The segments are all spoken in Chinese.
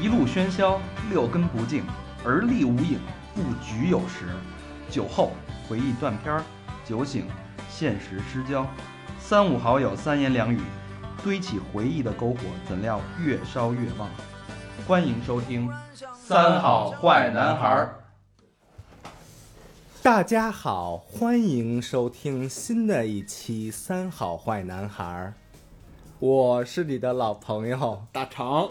一路喧嚣，六根不净，而立无影，不局有时。酒后回忆断片儿，酒醒现实失焦。三五好友三言两语，堆起回忆的篝火，怎料越烧越旺。欢迎收听《三好坏男孩儿》。大家好，欢迎收听新的一期《三好坏男孩儿》，我是你的老朋友，大肠，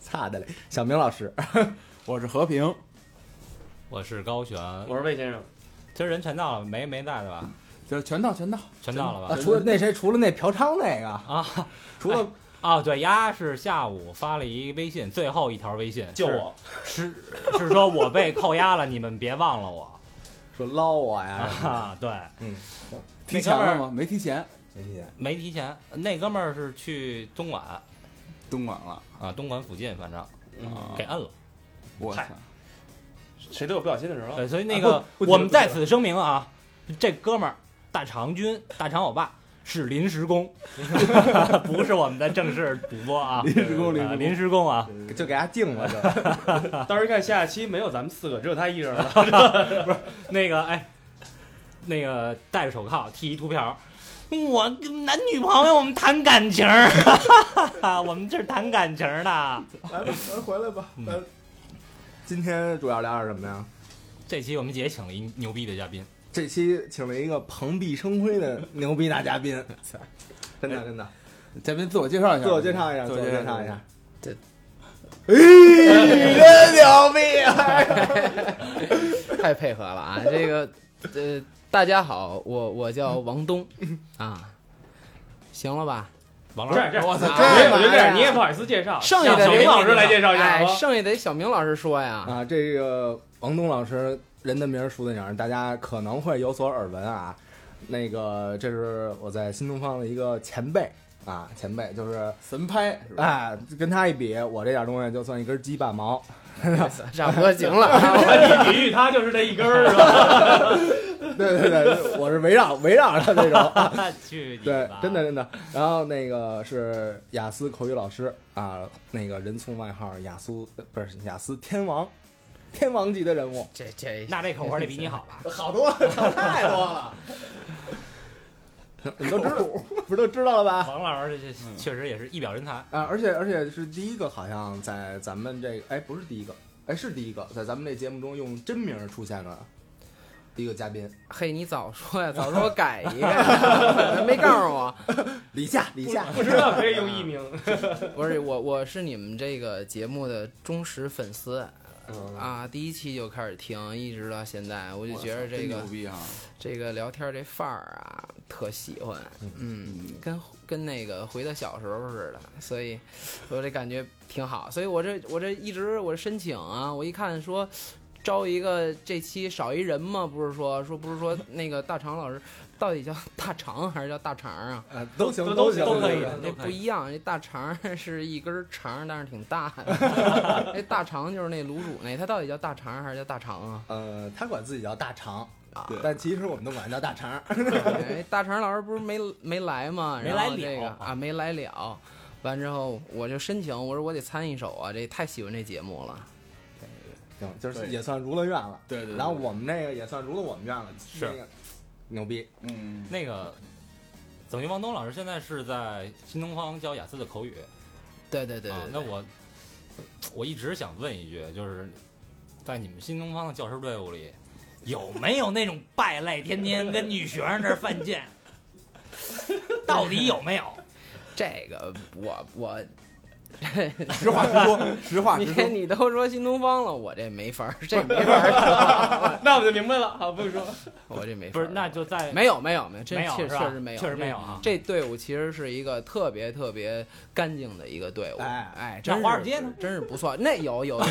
擦的嘞，小明老师。我是和平，我是高璇，我是魏先生，今儿人全到了，没没在对吧？就是全到全到，全到了啊，吧？除了那谁，除了那嫖娼那个啊，除了哦，对，丫是下午发了一微信，最后一条微信，救我！是是是说我被扣押了，你们别忘了我说捞我呀， 啊！对，哎嗯提前了吗？没提前，没听见没提前，那哥们儿是去东莞东莞了啊，东莞附近，反正啊！给摁了。我操嗨，嗯谁都有不小心的时候。对，所以那个哦啊不不提了我们在此声明啊，这哥们儿大长军、大长欧巴是临 时工， 不是我们的正式主播啊，临时工临时啊工临时工啊，就给他敬了就。到时候一看下期没有咱们四个，只有他一 人了。那个哎，那个戴着手铐剃一秃瓢儿，我跟男女朋友我们谈感情儿， 我们这是谈感情儿的。来吧，咱回来吧嗯咱今天主要聊点什么呀？这期我们也请了一牛逼的嘉宾，这期请了一个蓬荜生辉的牛逼大嘉宾， 真的真的，嘉宾自我介绍一下，自我介绍一下，自哎我自我介介绍一一下下。这，哎，真牛逼啊！太配合了啊！这个，呃，大家好，我我叫王东啊，行了吧？王不老是师，这样，我操我这觉得我觉得这玩意样儿你也不好意思介绍，剩下让的小人明老师来介绍一下哎，吧。剩下得小明老师说呀。啊，这个王东老师人的名儿，树的鸟儿，大家可能会有所耳闻啊。那个，这是我在新东方的一个前辈啊，前辈就是，神拍是吧？哎，跟他一比，我这点东西就算一根鸡巴毛。差不多行了啊，你比喻他就是这一根儿是吧？对 对对，我是围绕围绕着这种。 去你对吧，真的真的。然后那个是雅思口语老师啊，那个人送外号雅思呃不是雅思天王，天王级的人物，这这那这口活儿得比你好 吧？好多了，太多了。你都知道，不是都知道了吧？王老师这这确实也是一表人才，啊，而且而且是第一个，好像在咱们这个，哎，不是第一个，哎，是第一个，在咱们这节目中用真名出现了一个嘉宾，嘿，你早说呀，早说我改一个呀，没告诉我。 李夏，李夏，不知道可以用艺 名。不是我，我是你们这个节目的忠实粉丝嗯啊，第一期就开始听，一直到现在，我就觉得嗯这真个牛逼哈！这个聊天这范儿啊，特喜欢，嗯，跟跟那个回到小时候似的，所以我这感觉挺好。所以我这我这一直我申请啊，我一看说招一个这期少一人嘛，不是说说不是说那个大肠老师到底叫大肠还是叫大肠啊？呃，都行，都都都行，都可以行都这可以不一样，这大肠 是一根肠，但是挺大的。 这大肠就是那卤煮那，它到底叫大肠还是叫大肠啊？ 呃，他管自己叫大肠，啊对但其实我们都管他叫大肠。哎，大肠老师不是没没来吗？没然后来了这个啊，没来了。完之后我就申请，我说我得参一手啊，这太喜欢这节目了。行，就是对也算如了愿了。对对对然后我们那个也算如了我们愿了，是那个牛逼。嗯，那个。等于王东老师现在是在新东方教雅思的口语，对对对啊对，那我我一直想问一句，就是在你们新东方的教师队伍里，有没有那种败类天天跟女学生这儿犯贱？到底有没有？这个我我实话实 说，实话你实说， 你都说新东方了，我这没法儿，这没法儿说，那我就明白了，好，不用说。我这没法不儿是，那就在没有没有没有，真没有确是吧确实没有，确实没有啊这队伍其实是一个特别特别干净的一个队伍，哎哎，那真是华尔街呢真是不错，那有有有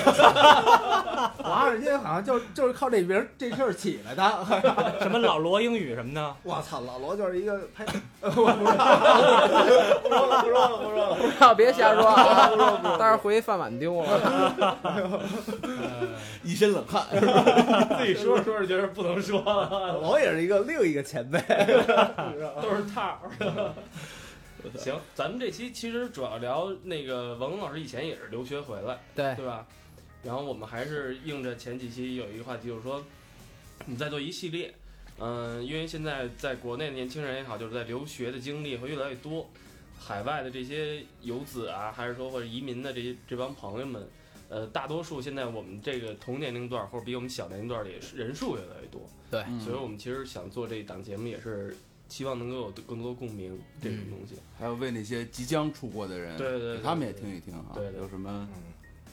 华尔街好像就就是靠这名儿这事儿起来的。 什么老罗英语什么的，我操，老罗就是一个拍，呃我不知道，不说了，不说了，不 说了。不知道别瞎说 啊！待会儿回去饭碗丢了。一身冷汗。自己说着说着觉得不能说了，老罗也是一个另一个前辈，都是套儿。行，咱们这期其实主要聊那个王东老师以前也是留学回来，对对吧？然后我们还是应着前几期有一个话题，就是说你在做一系列，嗯、因为现在在国内的年轻人也好，就是在留学的经历会越来越多，海外的这些游子啊，还是说或者移民的这些这帮朋友们，呃，大多数现在我们这个同年龄段或者比我们小年龄段的也是人数越来越多，对嗯所以我们其实想做这一档节目也是。希望能够有更多共鸣这种东西，还有为那些即将出国的人，对对对给他们也听一听啊，对对对有什嗯么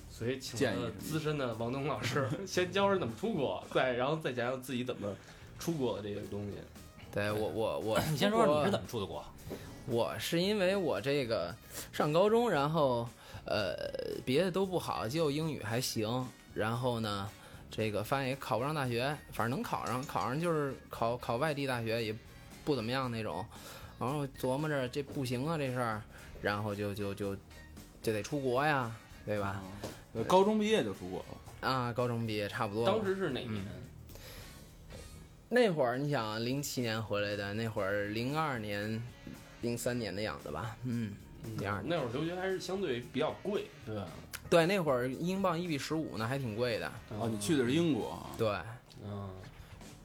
所以请建了议资深的王东老师先教人怎么出国，再然后再讲讲自己怎么出国的这个东西。对我我我，你先说说你是怎么出的国？我是因为我这个上高中，然后呃别的都不好，就英语还行，然后呢。这个发现也考不上大学，反正能考上，考上就是考考外地大学也不怎么样那种。然后琢磨着这不行啊这事儿，然后就就就就得出国呀，对吧？呃高中毕业就出国了，啊，高中毕业差不多了。当时是哪年？嗯那会儿，你想零七年回来的，那会儿零二年、零三年的样子吧，嗯，零二年。那会儿留学还是相对比较贵，对吧？对，那会儿英镑一比十五呢，还挺贵的。啊哦，你去的是英国啊，对，嗯，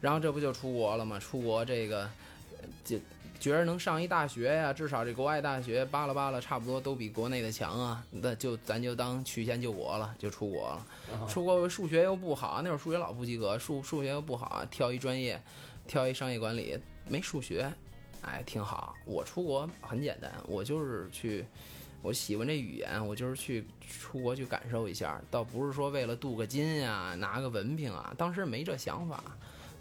然后这不就出国了吗？出国这个，呃就觉着能上一大学呀、至少这国外大学扒拉扒拉，差不多都比国内的强啊。那就咱就当曲线救国了，就出国了。啊出国数学又不好，那会儿数学老不及格，数数学又不好，挑一专业，挑一商业管理，没数学，哎，挺好。我出国很简单，我就是去。我喜欢这语言，我就是去出国去感受一下，倒不是说为了镀个金呀、拿个文凭啊，当时没这想法，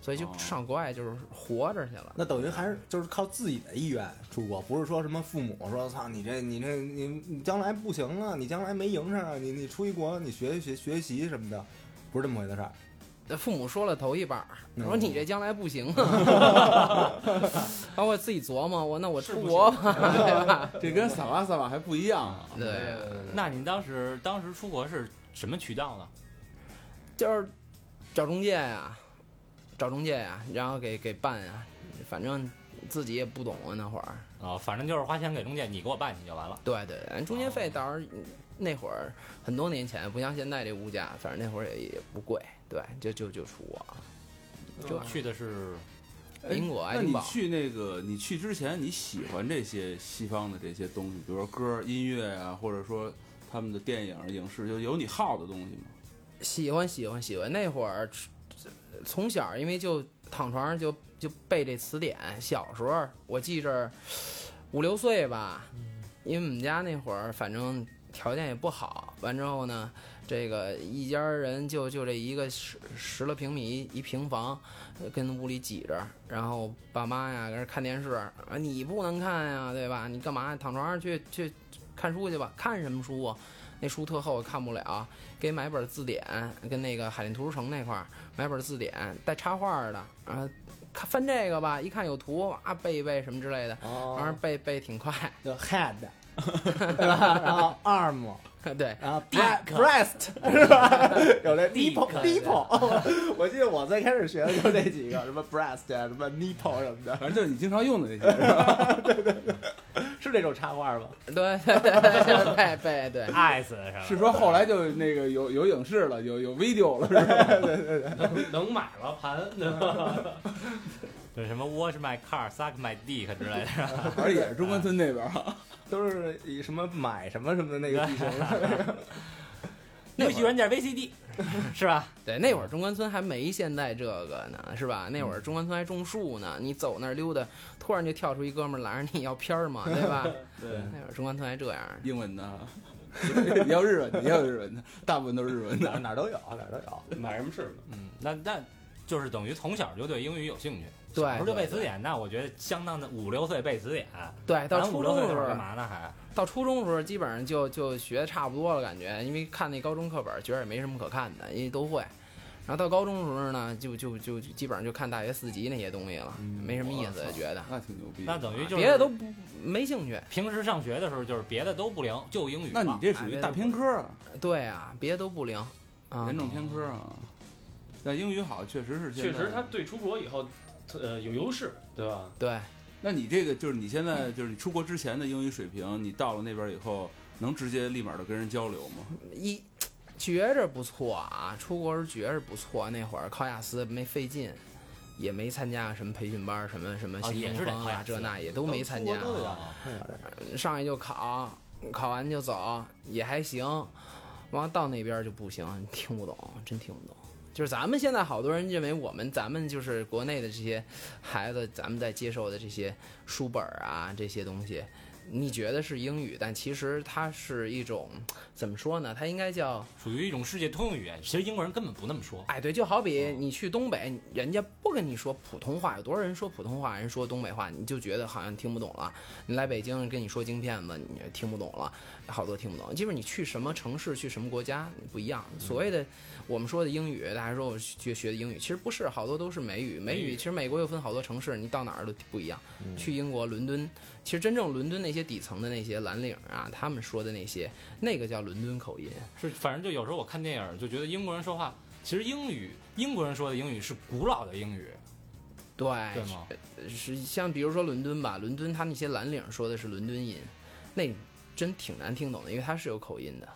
所以就哦上国外就是活着去了。那等于还是就是靠自己的意愿出国，不是说什么父母说操你这你这你你将来不行了，你将来没营生啊，你你出一国你学学学习什么的，不是这么回事儿。那父母说了头一半儿，嗯说你这将来不行 啊。然后我自己琢磨，我那我出国吧，对吧？这跟萨瓦萨瓦还不一样啊，对，那您当时当时出国是什么渠道呢？就是找中介呀、找中介呀、然后给给办呀、反正自己也不懂啊那会儿。啊、反正就是花钱给中介，你给我办去就完了。对对，对中介费到时候那会儿很多年前，不像现在这物价，反正那会儿也也不贵。对，就就就出国了，就去的是哎英国爱那丁你堡去那个，你去之前你喜欢这些西方的这些东西，比如说歌、音乐啊，或者说他们的电影、影视，就有你好的东西吗？喜欢喜欢喜欢。那会儿从小因为就躺床上就就背这词典，小时候我记着五六岁吧，因为我们家那会儿反正条件也不好，完之后呢，这个一家人就就这一个十十来平米一平房，呃跟屋里挤着，然后爸妈呀搁那看电视啊，你不能看呀，对吧？你干嘛呀躺床上去去看书去吧？看什么书啊？那书特厚，看不了。给买本字典，跟那个海淀图书城那块儿买本字典，带插画的，啊，看翻这个吧，一看有图啊，背一背什么之类的，反哦，正背背挺快， 就 head，对吧？然后 arm，对，然后 bre- breast，是吧？有这 nipple nipple，我 记得我最开始学的就这几个，什么 breast 啊，什么 nipple 什么的，反正就是你经常用的那些。是吧是这种插画吗？对 对 对对对对，爱死什么？是说后来就那个有有影视了，有有 video 了，是吧？ 能能买了盘，对吧？就是什么 Watch my car, suck my dick 之 类的。反正也是中关村那边儿。啊 都是以什么买什么什么的那个地形， 游戏软件 VCD 是吧？对，那会儿中关村还没现在这个呢，是吧？那会儿中关村还种树呢，你走那儿溜达，突然就跳出一哥们儿拦着你要片儿嘛，对吧？对，那会儿中关村还这样呢。英文的 啊，也有日文的，也有日文的，大部分都是日文哪儿的。哪儿都有，哪儿都有。买什么是什么。嗯，那那就是等于从小就对英语有兴趣，对小时候就对背词典。那我觉得相当的五六岁背词典，对，到咱初五中六岁那的时会候儿干嘛呢？还到初中的时候，基本上就就学得差不多了，感觉，因为看那高中课本，觉得也没什么可看的，因为都会。然后到高中的时候呢，就就就就基本上就看大学四级那些东西了，没什么意思，觉得那挺牛逼的。那等嗯于就是别的都不没兴趣。平时上学的时候就是别的都不灵，就英语那吧。你这属于大偏科啊，对啊，别的都不灵啊严。重偏科啊。但英语好，确实是现确在。实，他对出国以后，呃，有优势，对吧？对，那你这个就是你现在就是你出国之前的英语水平，你到了那边以后，能直接立马就跟人交流吗？一觉着不错啊，出国时觉着不错。那会儿考雅思没费劲，也没参加什么培训班儿，什么什么哦新也东是得方考雅啊，思这那也都没参加。啊出国都得嗯干上去就考，考完就走，也还行。完了到那边就不行，听不懂，真听不懂。就是咱们现在好多人认为我们咱们就是国内的这些孩子，咱们在接受的这些书本儿啊这些东西，你觉得是英语，但其实它是一种怎么说呢？它应该叫属于一种世界通用语言。其实英国人根本不那么说，哎，对，就好比你去东北，人家不跟你说普通话，有多少人说普通话，人说东北话，你就觉得好像听不懂了。你来北京跟你说京片子，你也听不懂了，好多听不懂。基本你去什么城市，去什么国家不一样。所谓的我们说的英语，大家说我学学的英语，其实不是，好多都是美语。美美语语嗯其实美国又分好多城市，你到哪儿都不一样。哎去英国伦敦，其实真正伦敦那些底层的那些蓝领啊，他们说的那些，那个叫伦敦口音。是反正就有时候我看电影就觉得英国人说话，其实英语英国人说的英语是古老的英语，对，对吗？是像比如说伦敦吧，伦敦他那些蓝领说的是伦敦音，那真挺难听懂的，因为它是有口音的。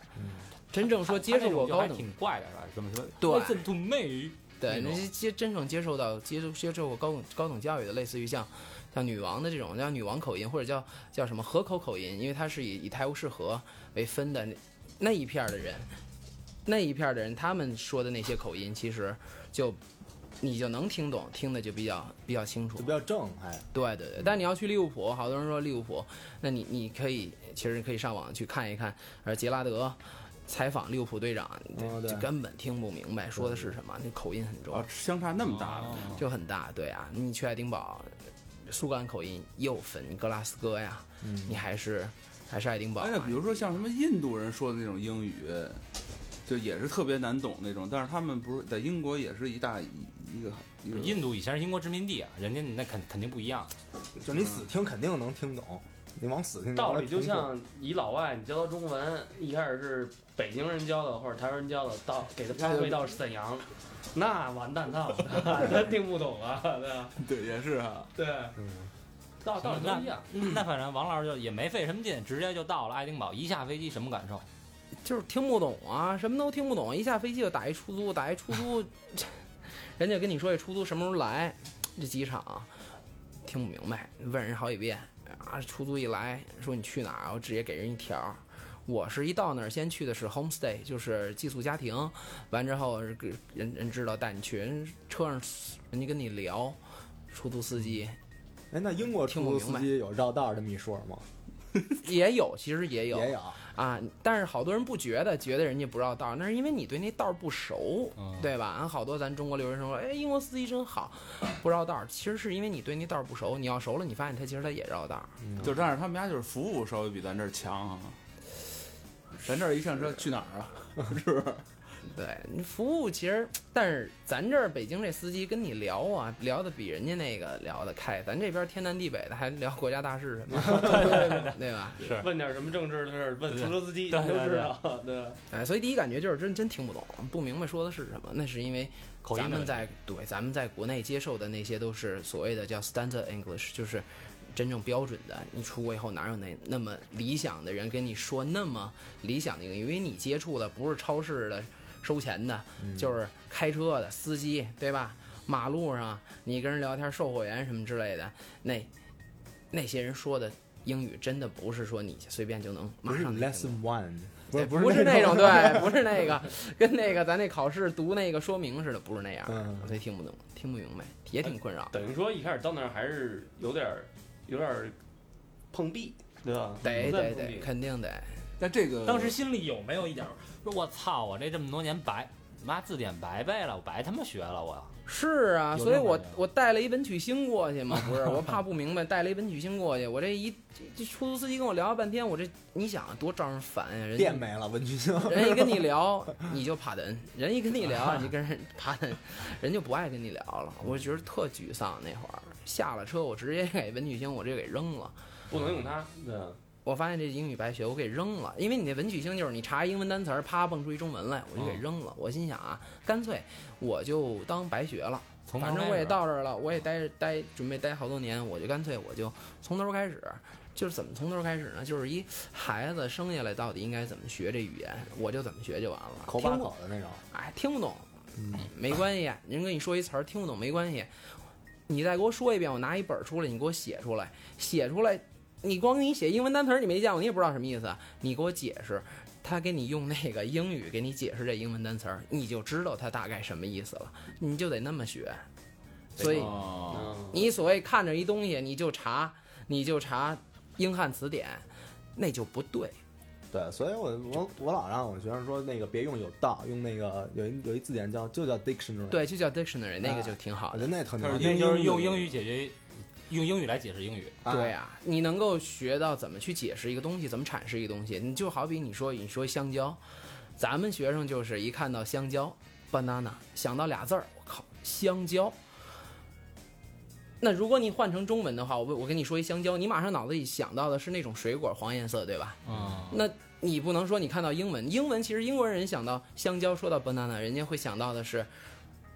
真正说接嗯他受那种过就还高等，挺怪的，是吧？怎么说？对 Listen to me，对那那种些接真正接受到接受接受过高等高等教育的，类似于像像女王的这种叫女王口音，或者叫叫什么河口口音，因为它是以以泰晤士河为分的那那一片儿的人，那一片儿的人他们说的那些口音，其实就你就能听懂，听的就比较比较清楚就比。较正哎派。对对对，但你要去利物浦，好多人说利物浦，那你你可以其实可以上网去看一看，呃，杰拉德采访利物浦队长，哦对哦就根本听不明白说的是什么，那口音很重，啊，相差那么大哦呢，就很大。对啊，你去爱丁堡，苏格兰口音又分格拉斯哥呀，嗯你还是还是爱丁堡、啊。哎呀，比如说像什么印度人说的那种英语，就也是特别难懂那种，但是他们不是在英国也是一大一一个一嗯个印度以前是英国殖民地啊，人家那肯肯定不一样。啊就是你死听肯定能听懂，你往死听。道理就像你老外，你教他中文，一开始是北京人教的或者台湾人教的，到给他发挥到沈阳，那完蛋套， 他听不懂了，对吧？对也是啊，对，道道理都一样。嗯那反正王老师就也没费什么劲，直接就到了爱丁堡，一下飞机什么感受？就是听不懂啊，什么都听不懂，一下飞机就打一出租，打一出租， 人家跟你说这出租什么时候来，这机场听不明白，问人好几遍啊，出租一来说你去哪儿，我直接给人一条儿。我是一到那儿先去的是 homestay，就是寄宿家庭，完之后是给人人知道带你去，人车上人家跟你聊，出租司机哎，那英国出租听不司明机有绕道这么一说吗？也有，其实也有也有，啊，但是好多人不觉得，觉得人家不绕道儿，那是因为你对那道儿不熟，嗯对吧？俺好多咱中国留学生说，哎，英国司机真好，不绕道儿，其实是因为你对那道儿不熟。你要熟了，你发现他其实他也绕道儿。嗯就但是他们家就是服务稍微比咱这儿强啊。咱这儿一上车去哪儿啊？是不是？对，你服务其实，但是咱这儿北京这司机跟你聊啊，聊的比人家那个聊的开，咱这边天南地北的还聊国家大事什么的， 对吧？问点什么政治的事儿，问出租车司机你对都对知道，对。哎，所以第一感觉就是真真听不懂，不明白说的是什么。那是因为口音咱的问题们在对咱们在国内接受的那些都是所谓的叫 standard English，就是真正标准的。你出国以后哪有那那么理想的人跟你说那么理想的一个？因为你接触的不是超市的收钱的，嗯嗯就是开车的司机，对吧？马路上你跟人聊天，售货员什么之类的，那那些人说的英语真的不是说你随便就能不马是上就听懂 lesson one，不对是哎不是是那那种，对，不是那个，跟那个咱那考试读那个说明似的，不是那样的，嗯所以听不懂，听不明白，也挺困扰。等于说一开始到那儿还是有点儿有点儿碰壁，对吧？得哎不算得碰得，壁肯定得。但这个当时心里有没有一点儿说，我操，我这这么多年白妈字典白背了，我白他妈学了我。是啊，有所以这种我感觉我带了一文曲星过 去嘛，不是，我怕不明白，带了一文曲星过去，我这一这这出租司机跟我聊了半天，我这你想啊多招人烦呀、人电家没了，文曲星。人一跟你聊，你就怕等；人一跟你聊，你就跟人怕等，人就不爱跟你聊了。我觉得特沮丧那会儿，下了车我直接给文曲星我这给扔了。不能用它，对吧。我发现这英语白学，我给扔了，因为你那文曲星就是你查英文单词儿，啪蹦出一中文来，我就给扔了。我心想啊，干脆我就当白学了，从头反正开我也始到这儿了，我也待待准备待好多年，我就干脆我就从头开始，就是怎么从头开始呢？就是一孩子生下来到底应该怎么学这语言，我就怎么学就完了。口听把不口的那种。哎，听不懂，没关系，啊人跟你说一词儿听不懂没关系，你再给我说一遍，我拿一本儿出来，你给我写出来，写出来，你光给你写英文单词儿你没见过，你也不知道什么意思，啊你给我解释，他给你用那个英语给你解释这英文单词儿，你就知道他大概什么意思了，你就得那么学，所以哦嗯你所谓看着一东西，你就查，你就查英汉词典，那就不对。对，所以我我我老让我学生说那个别用有道，用那个有一有一字典叫就叫 dictionary。，对，就叫 dictionary，那个就挺好我的觉。得那特牛它。那英就是语用英语解决，用英语来解释英语。啊对啊，你能够学到怎么去解释一个东西，怎么阐释一个东西。你就好比你说你说香蕉，咱们学生就是一看到香蕉 banana，想到俩字儿，我靠，香蕉。那如果你换成中文的话，我我跟你说一香蕉，你马上脑子里想到的是那种水果黄颜色，对吧？嗯，那你不能说你看到英文，英文其实英国人想到香蕉，说到 banana，人家会想到的是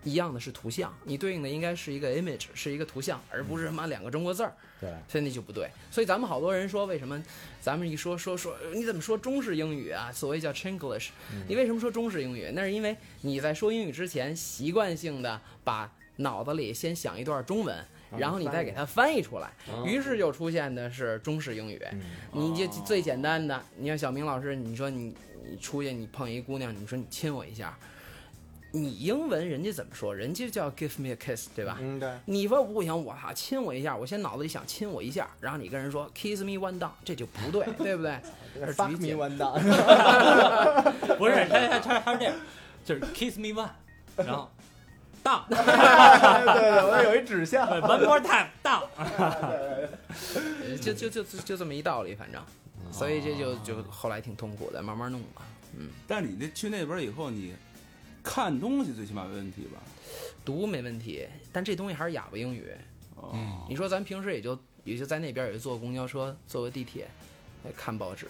一样的是图像，你对应的应该是一个 image，是一个图像，而不是他妈两个中国字儿。对，所以那就不对。所以咱们好多人说，为什么咱们一说说说呃你怎么说中式英语啊？所谓叫 Chinglish，你嗯为什么说中式英语？那是因为你在说英语之前，习惯性的把脑子里先想一段中文，然后你再给它啊翻译啊出来，嗯于是就出现的是中式英语。嗯你就哦最简单的，你像小明老师，你说你你出去你碰一姑娘，你说你亲我一下。你英文人家怎么说？人家叫 give me a kiss，对吧？嗯对，你说不行，我操，亲我一下，我先脑子里想亲我一下，然后你跟人说 kiss me one down，这就不对，对不对？这是属 fuck 于 me 简 one down。不是，他他他他是这样，就是 kiss me one，然后 down 对对，我有一指向。 one more time down，就就就就就这么一道理，反正，所以这就就后来挺痛苦的，慢慢弄吧。但是你那去那边以后，你看东西最起码没问题吧？读没问题，但这东西还是哑巴英语。哦，你说咱平时也就也就在那边也就坐公交车，坐个地铁，呃看报纸，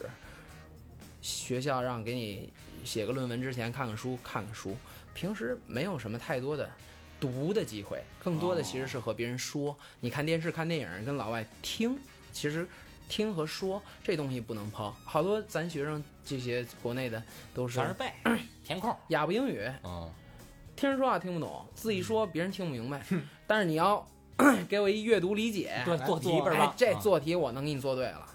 学校让给你写个论文之前看看书，看看书，平时没有什么太多的读的机会，更多的其实是和别人说。你看电视、看电影，跟老外听，其实听和说这东西不能抛。好多咱学生这些国内的都是全是背填空。哑巴英语，嗯，听人说话听不懂，自己说别人听不明白，但是你要 给我一阅读理解，对，做题倍儿哎棒，。这嗯做题我能给你做对了，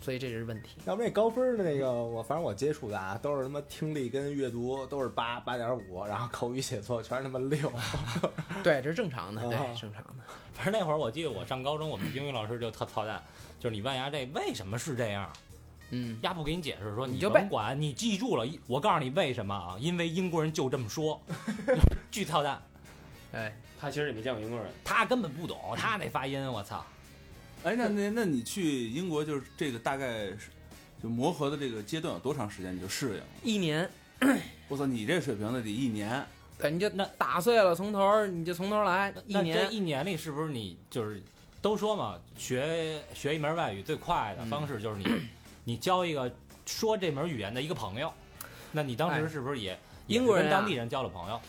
所以这是问题。要不那高分的那个，我反正我接触的啊，都是他妈听力跟阅读都是八八点五，然后口语写作全是他妈六。 啊对，这是正常的，哦对，正常的。反正那会儿我记得我上高中，我们英语老师就特操蛋，就是你问丫这为什么是这样，嗯，丫不给你解释，说你你就甭背管，你记住了，我告诉你为什么啊，因为英国人就这么 说，巨操蛋，哎，他其实也没见过英国人，他根本不懂，他那发音，我操，哎，那那那你去英国就是这个大概是就磨合的这个阶段有多长时间你就适应了？一年，我操，你这水平的得一年，对，你就那打碎了从头儿，你就从头儿来，一那这年。一年里是不是你就是都说嘛，学学一门外语最快的方式就是你、你交一个说这门语言的一个朋友，那你当时哎是不是也、也英国是人跟啊当地人交了朋友？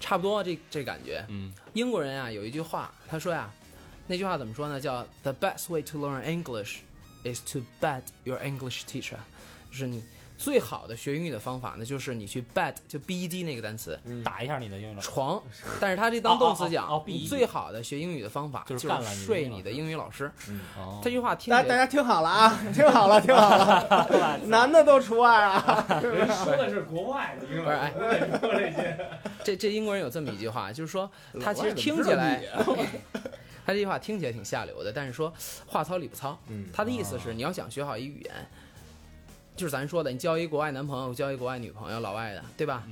差不多这这感觉。嗯，英国人啊有一句话，他说呀、那句话怎么说呢？叫 The best way to learn English is to bet your English teacher，就是你最好的学英语的方法呢，就是你去 bet 就 bed 那个单词打一下你的英语老师，床，但是他这当动词讲，啊哦哦哦哦你 BED 最好的学英语的方法就是是干了你的睡英语你老师的英语老师。哦这句话听大起大来家听好了啊，听好了，听好了，男的都除外啊。人 说的是国外的英不是哎，文，说这些。这这英国人有这么一句话，就是说他其实老外怎么听知起道来你，啊 他这句话听起来挺下流的，但是说话糙理不糙。嗯他的意思是你要想学好一语言，就是咱说的，你交一国外男朋友，交一国外女朋友，老外的，对吧？哦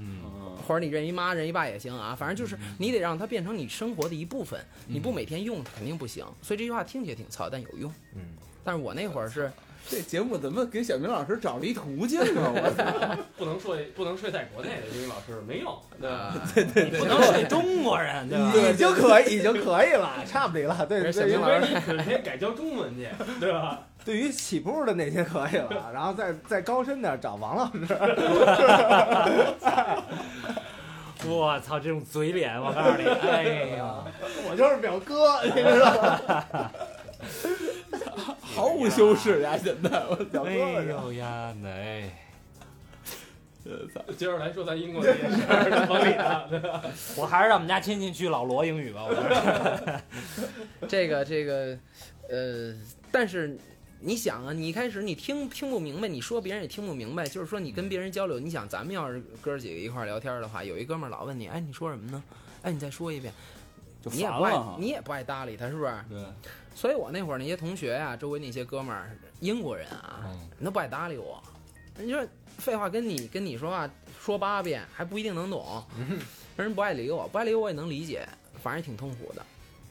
嗯，或者你认一妈认一爸也行啊，反正嗯就是你得让它变成你生活的一部分，你不每天用肯定不行。所以这句话听起来挺糙，但有用。嗯，但是我那会儿是这节目怎么给小明老师找了一途径啊？我操！不能说不能睡在国内的英语老师没用，对吧？ 呃，你不能睡中国人，对吧？已经可以，已经可以了，差不离了。 对而且对小于明因老为你可以改教中文 去，对吧？对于起步的那些可以了，然后再再高深点找王老师。我操，这种嘴脸，我告诉你，哎呀，我就是表哥，你知道吗？毫无修饰，呀，现在我表哥哎了呦呀，哎，接着来说咱英国的夜市，合理的。我还是让我们家亲戚去老罗英语吧，我觉得这个这个，呃，但是你想啊，你一开始你听听不明白，你说别人也听不明白，就是说你跟别人交流，你想咱们要是哥几个一块儿聊天的话，有一哥们儿老问你，哎，你说什么呢？哎，你再说一遍，就你也烦不爱了啊哈，你也不爱搭理他，是不是？对，所以我那会儿那些同学啊，周围那些哥们儿，英国人啊，嗯人都不爱搭理我。人家说废话，跟你跟你说话说八遍还不一定能懂，嗯人不爱理我，不爱理我也能理解，反正挺痛苦的。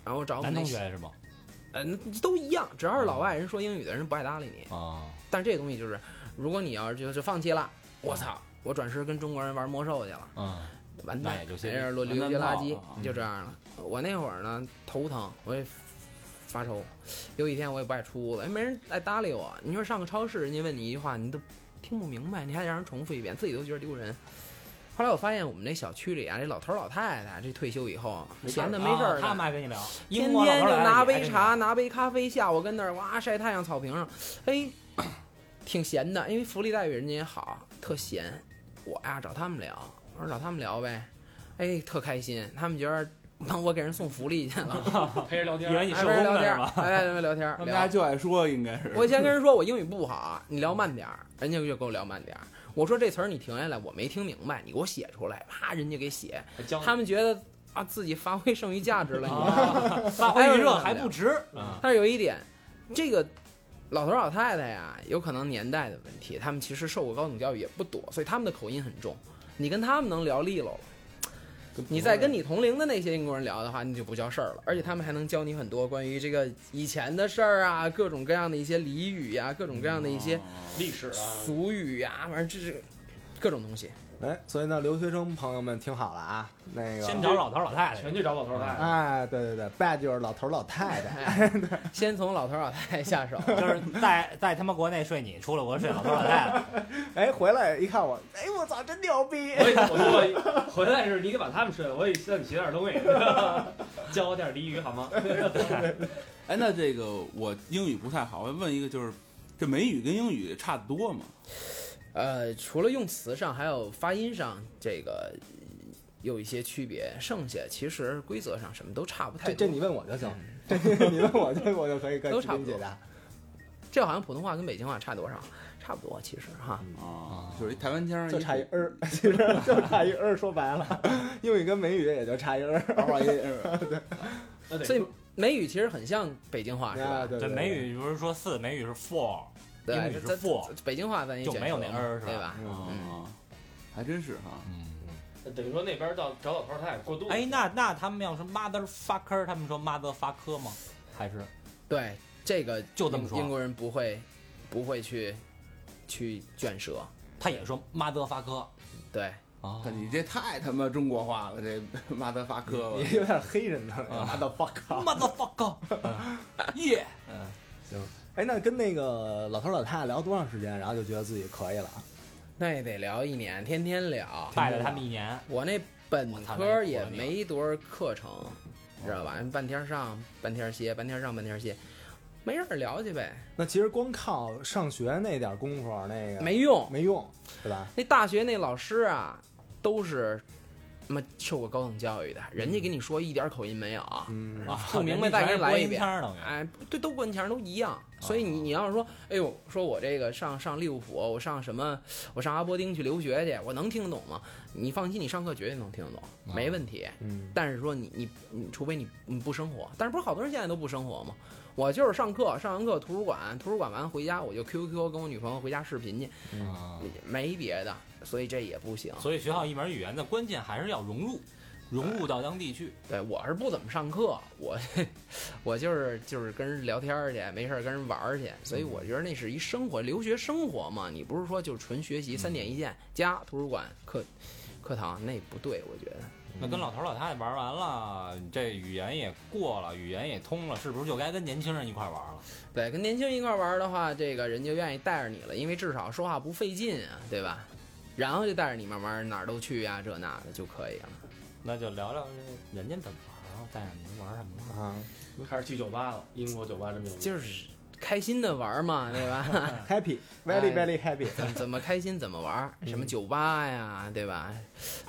然后找我们男那同学是吗？呃，那都一样，只要是老外人说英语的人不爱搭理你。啊，但是这个东西就是，如果你要是就就放弃了，我操，我转身跟中国人玩魔兽去了，嗯，完那蛋，也就没先人轮流接垃完圾蛋炮啊，就这样了。我那会儿呢头疼，我也发愁，有几天我也不爱出屋了，也哎没人爱搭理我。你说上个超市，人家问你一句话，你都听不明白，你还得让人重复一遍，自己都觉得丢人。后来我发现我们那小区里啊，这老头儿老太太这退休以后闲的没事儿啊干他们爱跟你聊，天英国老天头就老太太拿也爱杯跟你茶、聊，拿杯咖啡，下午跟那儿哇晒太阳草坪上，哎，挺闲的，因为福利待遇人家也好，特闲。我呀找他们聊，我说找他们聊呗，哎，特开心，他们觉得。帮我给人送福利去了， 陪着聊以为天，你哎，受跟人风了聊天是儿吧？，哎，跟人聊天儿他，们聊家。就爱说，应该是我先跟人说我英语不好，你聊慢点儿，人家就给我聊慢点儿。我说这词儿你停下来，我没听明白，你给我写出来，啪，人家给写。教他们觉得啊自己发挥剩余价值了，你知道吗？ 啊发挥余热还不值，嗯但是有一点，这个老头儿老太太呀，有可能年代的问题，他们其实受过高等教育也不多，所以他们的口音很重。你跟他们能聊利落了，你再跟你同龄的那些英国人聊的话，那就不叫事儿了。而且他们还能教你很多关于这个以前的事儿啊，各种各样的一些俚语呀、各种各样的一些历史啊，俗语呀、反正这是各种东西。哎，所以呢，留学生朋友们听好了啊，那个先找老头老太太全。去找老头儿来。哎，对对对，拜就是老头儿老太 太，哎先从老头儿老太太下手，就是在在他妈国内睡你，出了国睡老头老太太，哎，回来一看我，哎，我操，真牛逼！我也我说我回来是你得把他们睡了，我也向你学点东西， 教我点俚语好吗？哎，那这个我英语不太好，我问一个就是，这美语跟英语差得多吗？呃，除了用词上，还有发音上，这个嗯有一些区别。剩下其实规则上什么都差不太这多。这你问我就行， 这你问我就我就可以跟都你差不多解答。这好像普通话跟北京话差多少？差不多，其实哈。啊，就是一台湾腔儿，就差一儿， 其实就差一儿。说白了，英语跟美语也就差一儿。 二一儿，那得所以美语其实很像北京话，是吧？啊对这对，美语不是说四，美语是 four，对，英语是咱 four 咱北京话咱也就简没有称那儿是吧嗯对吧？嗯啊，还真是哈。呃等于说那边到找老头儿太太过渡。哎，那那他们要是 mother fucker，他们说 mother fucker 吗？还是对，这个就这么英说英国人不会不会去去卷舌，他也说 mother fucker 对，啊哦看 你这太他妈中国化了，这马德发科吧也有点黑人的了，的 fuck。 mother fucker，耶，哎，那跟那个老头老太太聊多长时间，然后就觉得自己可以了？那也得聊一年，天天聊。拜了他们一年，我那本我操那科你也活得了没多少课程，知道哦吧？半天上，半天歇，半天上，半天歇，没事儿聊去呗，那其实光靠上学那点功夫，那个啊没用。没用，对吧？那大学那老师啊，都是他妈受过高等教育的，人家跟你说一点口音没有，嗯，啊 不明白再给你来一人家全是国音遍腔儿等于哎，对，都关腔儿都一哦样。所以你你要是说，哎呦，说我这个上上利物浦，我上什么，我上阿伯丁去留学去，我能听得懂吗？你放心，你上课绝对能听得懂，哦没问题。嗯，但是说你你你，除非你你不生活，但是不是好多人现在都不生活吗？我就是上课，上完课图书馆，图书馆完回家我就 QQ 跟我女朋友回家视频去，嗯没别的，所以这也不行。所以学好一门语言的关键还是要融入，融入到当地去。对我是不怎么上课，我 我就是就是跟人聊天儿去，没事儿跟人玩儿去，所以我觉得那是一生活，留学生活嘛，你不是说就纯学习三点一线，家图书馆课课堂那不对，我觉得。那跟老头老太太玩完了，你这语言也过了，语言也通了，是不是就该跟年轻人一块玩了？对，跟年轻人一块儿玩儿的话，这个人就愿意带着你了，因为至少说话不费劲啊，对吧？然后就带着你慢慢哪儿都去呀、这那的就可以了。那就聊聊这人家怎么玩，然后带上您玩什么玩。啊，开始去酒吧了，英国酒吧真没有。就是开心的玩嘛，对吧？ ，happy，very 哎 very happy，嗯怎么怎么开心怎么玩，什嗯么酒吧呀，对吧？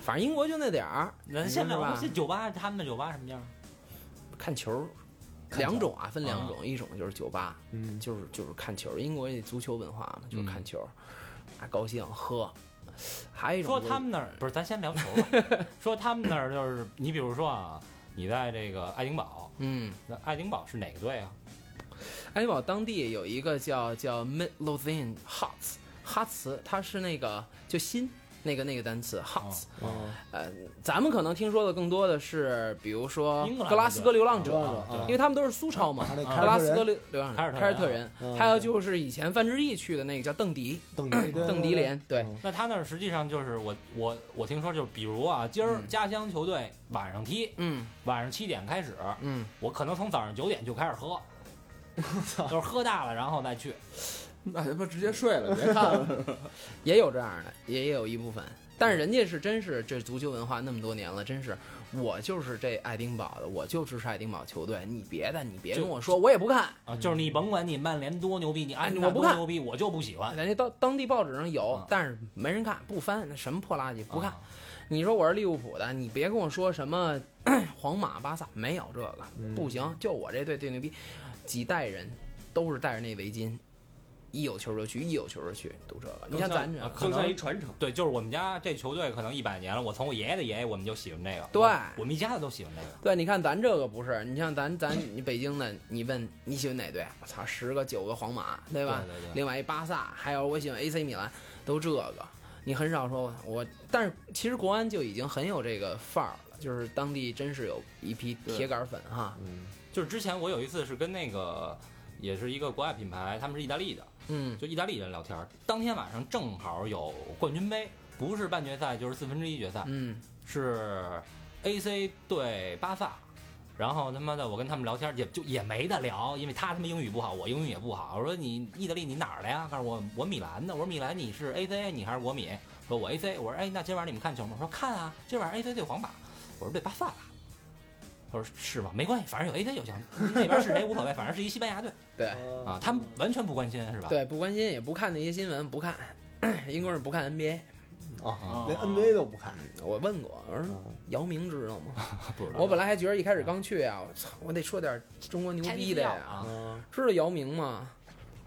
反正英国就那点儿，人你现说在是我吧这酒吧，他们的酒吧什么样？看球儿，看球两种啊，分两种，一种就是酒吧，嗯，就是就是看球儿，英国这足球文化嘛，就是嗯看球儿，啊高兴喝，还有一种说就是他们那儿不是，咱先聊球 吧。说他们那儿就是，你比如说啊，你在这个爱丁堡，嗯，那爱丁堡是哪个队啊？爱丁堡当地有一个叫叫 Mid Lothian Huts 哈茨，它是那个就新那个那个单词哦 Huts，、呃，哦咱们可能听说的更多的是比如说英格兰格拉斯哥流浪者，啊因为他们都是苏超嘛。他那啊格凯尔拉特斯哥人，流流浪者凯尔特人啊凯尔特人嗯，还有就是以前范志毅去的那个叫邓迪，邓迪，对邓迪，连，对，那他那儿实际上就是我我我听说就是，比如啊，今儿嗯家乡球队晚上踢，嗯晚上七点开始，嗯，我可能从早上九点就开始 喝，就是喝大了然后再去。那他妈直接睡了，别看了， 也有这样的，也有一部分。但是人家是真是这足球文化那么多年了，真是我就是这爱丁堡的，我就支持爱丁堡球队。你别的，你别就跟我说，我也不看。啊，就是你甭管你曼联多牛逼，你阿森嗯哎纳我不多看牛逼，我就不喜欢。人家当当地报纸上有啊，但是没人看，不翻，那什么破垃圾不看啊。，你说我是利物浦的，你别跟我说什么 咳皇马、巴萨，没有这个，嗯不行，就我这队最牛逼。几代人都是戴着那围巾，一有球就去，一有球就去，都这个。你像咱这啊样，可更像能一传承。 对，就是我们家这球队可能一百年了，我从我爷爷的爷爷我们就喜欢这个，对我我们一家子都喜欢这个。对，你看咱这个不是，你像咱咱你北京的，你问你喜欢哪队？啊我操，十个九个皇马，对吧？对对对另外一巴萨，还有我喜欢 AC 米兰，都这个。你很少说我，但是其实国安就已经很有这个范儿了，就是当地真是有一批铁杆粉哈。嗯就是之前我有一次是跟那个也是一个国外品牌，他们是意大利的，嗯就意大利人聊天儿。当天晚上正好有冠军杯，不是半决赛就是四分之一决赛，嗯，是 AC 对巴萨。然后他妈的，我跟他们聊天儿也就也没得聊，因为他他妈英语不好，我英语也不好。我说你意大利你哪儿的呀？告诉我我米兰的。我说米兰你是 AC 你还是国米？说我 AC。我说哎，那今晚你们看球吗？说看啊，今晚 AC 对皇马。我说对巴萨吧。他说是吗？没关系，反正有 AC 就行，那边是谁无所谓， 反正是一西班牙队对嗯啊。他们完全不关心是吧？对，不关心也不看那些新闻，不看，英国人不看 NBA。啊，连 NBA 都不看，我问过，我说姚明知道吗？ 不知道我本来还觉得一开始刚去啊，我操，我得说点中国牛逼的呀。啊。嗯，知道姚明吗？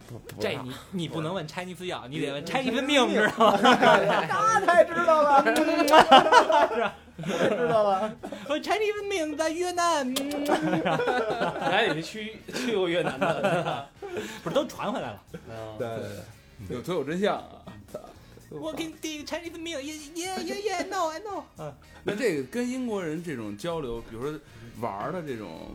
不，不这知道你你不能问 Chinese 药，你得问 Chinese 命，知道吗？那啊太知道了，知道了，问 Chinese 命在越南，嗯哎，你去去过越南的？不是都传回来了嗯对对对，有图有真相啊！ ？Walking the Chinese 命，yeah yeah yeah yeah no I know。那这个跟英国人这种交流，比如说玩儿的这种，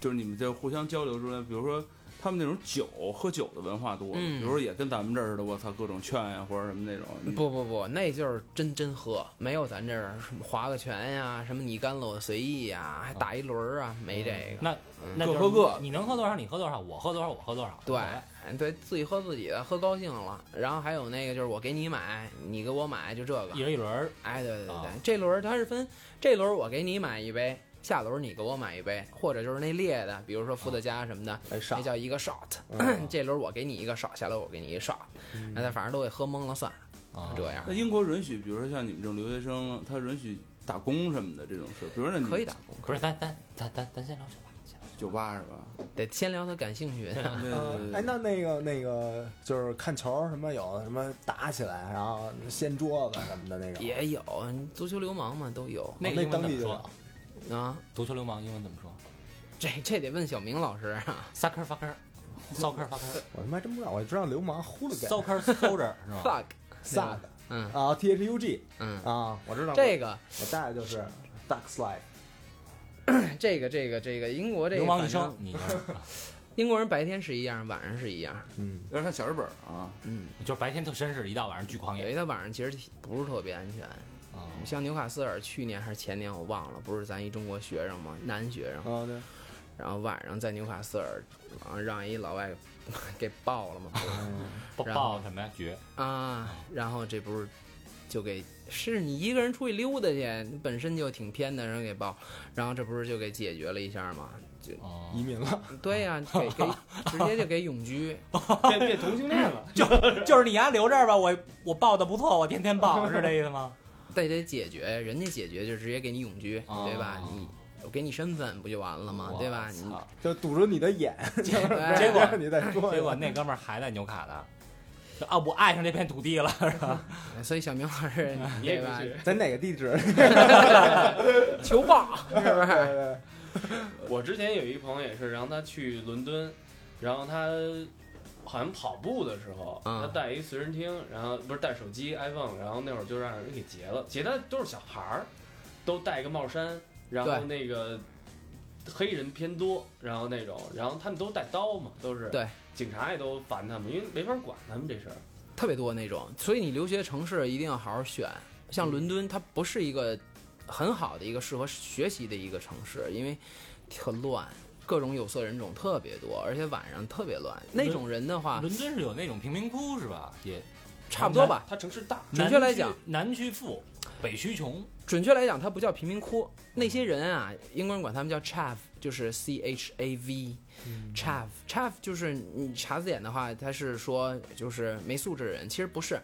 就是你们在互相交流之间，比如说他们那种酒喝酒的文化多，嗯比如说也跟咱们这儿似的，我操，各种劝呀、或者什么那种。你 不不不，那就是真真喝，没有咱这儿什么划个拳呀、什么你干了我随意呀、还打一轮儿啊，没这个。那那就是各喝各你能喝多少你喝多少，我喝多少我喝多少。对哎对，自己喝自己的，喝高兴了。然后还有那个就是我给你买，你给我买，就这个一。人一轮儿，哎，对对对啊对，这轮儿它是分，这轮儿我给你买一杯，下轮儿你给我买一杯，或者就是那烈的，比如说伏特加什么啊的，哎那上，叫一个 shot。这 嗯轮儿我给你一个 shot，下轮儿我给你一个 shot，那嗯哎他反正都给喝懵了算，啊这样那英国允许，比如说像你们这种留学生，他允许打工什么的这种事，比如说那你可以打工。不是，咱咱咱咱咱先聊酒吧，先聊酒吧是吧？得先聊他感兴趣的。 呃对对哎，对。那那个那个就是看球什么有什么打起来，然后掀桌子什么的那种，也有足球流氓嘛，都有那个那英文当怎地么就说有？啊。足球流氓英文怎么说这这得问小明老师啊。 ？Soccer fucker。Soccer fucker，我他妈真不知道，我知道流氓呼噜给 Soccer soldier 是吧？ fuck，萨的嗯啊，T H U G 嗯，啊，我知道这个，个我带的就是 Duck Slide，这个这个这个英国这流个氓一反正生，你就是 英国人白天是一样，晚上是一样。嗯，要是看小日本啊，嗯，就是白天特绅士，一到晚上巨狂有野一到晚上其实挺不是特别安全。啊。像纽卡斯尔去年还是前年我忘了，不是咱一中国学生吗？男学生，啊对，然后晚上在纽卡斯尔，然后让一老外给爆了嘛嗯 爆然后爆什么呀？绝啊，然后这不是就给是你一个人出去溜达去，你本身就挺偏的，人给报，然后这不是就给解决了一下吗？哦移民了，对呀、给给直接就给永居，哎变变同性恋了，就是你丫留这儿吧，我我报的不错，我天天报，是这意思吗？但得解决，人家解决就直接给你永居，哦对吧？你我给你身份不就完了吗？我对吧？ 你操就堵住你的眼，哎 结果让你再 说。结果那哥们儿还在纽卡呢。啊，我爱上这片土地了，是吧？所以小明老师，你也对不吧？去。在哪个 地址？求报是不是？我之前有一朋友也是，让他去伦敦，然后他好像跑步的时候，嗯他带一随身听，然后不是带手机 iPhone，然后那会儿就让人给劫了，劫他都是小孩儿，都戴个帽衫，然后对那个黑人偏多，然后那种，然后他们都带刀嘛，都是对，警察也都烦他们，因为没法管他们这事儿。特别多那种。所以你留学城市一定要好好选，像伦敦，它不是一个很好的一个适合学习的一个城市，因为特乱，各种有色人种特别多，而且晚上特别乱。那种人的话，伦敦是有那种贫民窟是吧？也差不多啊吧。他城市大，准确来讲南区，南区富，北区穷。准确来讲，它不叫贫民窟，那些人啊，英国人管他们叫 chav，就是 c h a v。chav chav 就是你查字典的话，它是说就是没素质的人，其实不是，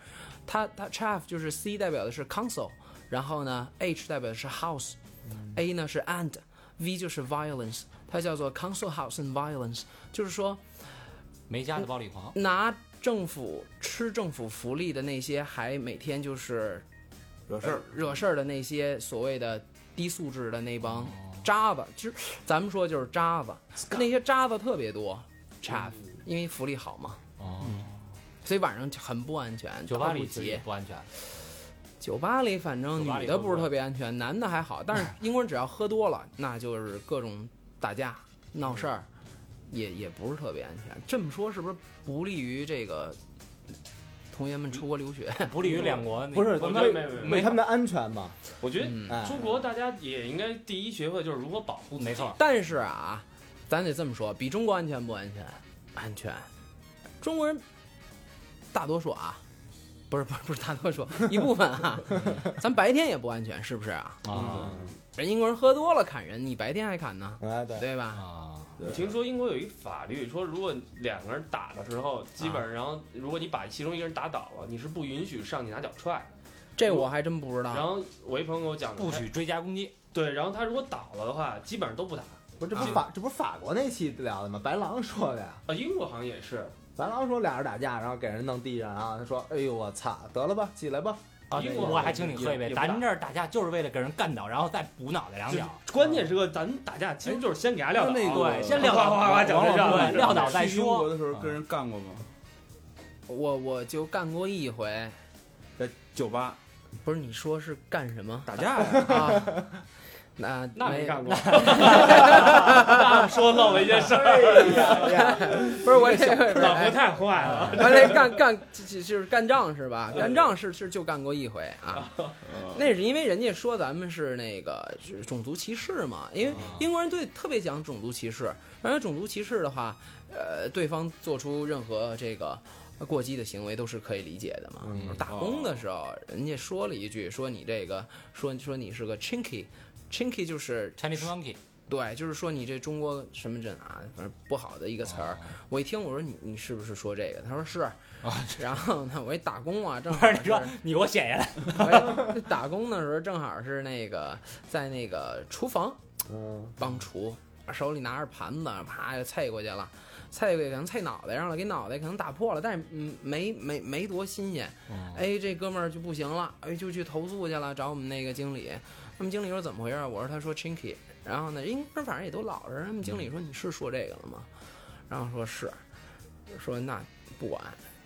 它它 chav 就是 c 代表的是 council，然后呢 h 代表的是 house，a 呢是 and，v 就是 violence，它叫做 council house and violence，就是说没家的暴力狂，拿政府吃政府福利的那些，还每天就是惹事哎儿，惹事儿的那些所谓的低素质的那帮渣子，其实咱们说就是渣子，那些渣子特别多 c h 啊 a f 嗯因为福利好嘛，哦，所以晚上就很不安全，酒吧到里处其实也劫。不安全。酒吧里反正酒吧女里的喝不是多特别安全，男的还好，但是英国人只要喝多了，那就是各种打架闹事儿，也也不是特别安全。这么说是不是不利于这个同学们出国留学？不利于两国那个。啊不是我咱觉们得没有没有没为有，他们的安全嘛？我觉得嗯哎，出国大家也应该第一学会就是如何保护自己没错，但是啊，咱得这么说，比中国安全不安全？安全。中国人大多数啊，不是不是不是大多数，一部分啊，咱白天也不安全，是不是啊？嗯啊人英国人喝多了砍人，你白天还砍呢，哎，对，对吧？啊，我听说英国有一法律，说如果两个人打的时候，基本上，如果你把其中一个人打倒了，你是不允许上去拿脚踹。这我还真不知然道。后我一朋友跟我讲的，不他许追加攻击。对，然后他如果倒了的话，基本上都不打。不是这不是啊法这不是法国那期聊的吗？白狼说的呀。啊，英国好像也是，白狼说俩人打架，然后给人弄地上，然后他说：“哎呦我操，得了吧，起来吧。啊，英国我还请你喝一杯。也不打咱这儿打架就是为了给人干倒，然后再补脑袋两脚。关键时刻咱打架其实就是先给他撂倒，那个对，先撂倒，哗哗哗脚往在上对，撂倒再去英国说。嗯的时候跟人干过吗？我我就干过一回，在酒吧不是你说是干什么打架呀，啊？那那没没干过。那说漏了一件事儿，哎不是我也不是老婆太坏了。完了干干就就就是干仗是吧？干仗是是就干过一回啊，呃那是因为人家说咱们是那个是种族歧视嘛，因啊为英国人对特别讲种族歧视，然后种族歧视的话，呃，对方做出任何这个。过激的行为都是可以理解的嘛。嗯嗯打工的时候，人家说了一句，说你这个，说说你是个 chinky，chinky 就是 Chinese monkey，对，就是说你这中国什么人啊，反正不好的一个词哦儿。我一听我说你你是不是说这个？他说是。然后呢，我一打工啊，正不好是你说是你给我写下来。我一哎打工的时候正好是那个在那个厨房”嗯，帮厨，手里拿着盘子，啪就菜过去了。菜过去可能菜脑袋上了，给脑袋可能打破了，但是嗯没没没多新鲜。嗯哎，这哥们儿就不行了，哎，就去投诉去了，找我们那个经理。他们经理说怎么回事儿？我说他说 chinky，然后呢，英国人反正也都老实。他们经理说你是说这个了吗？然后说是，说那不管，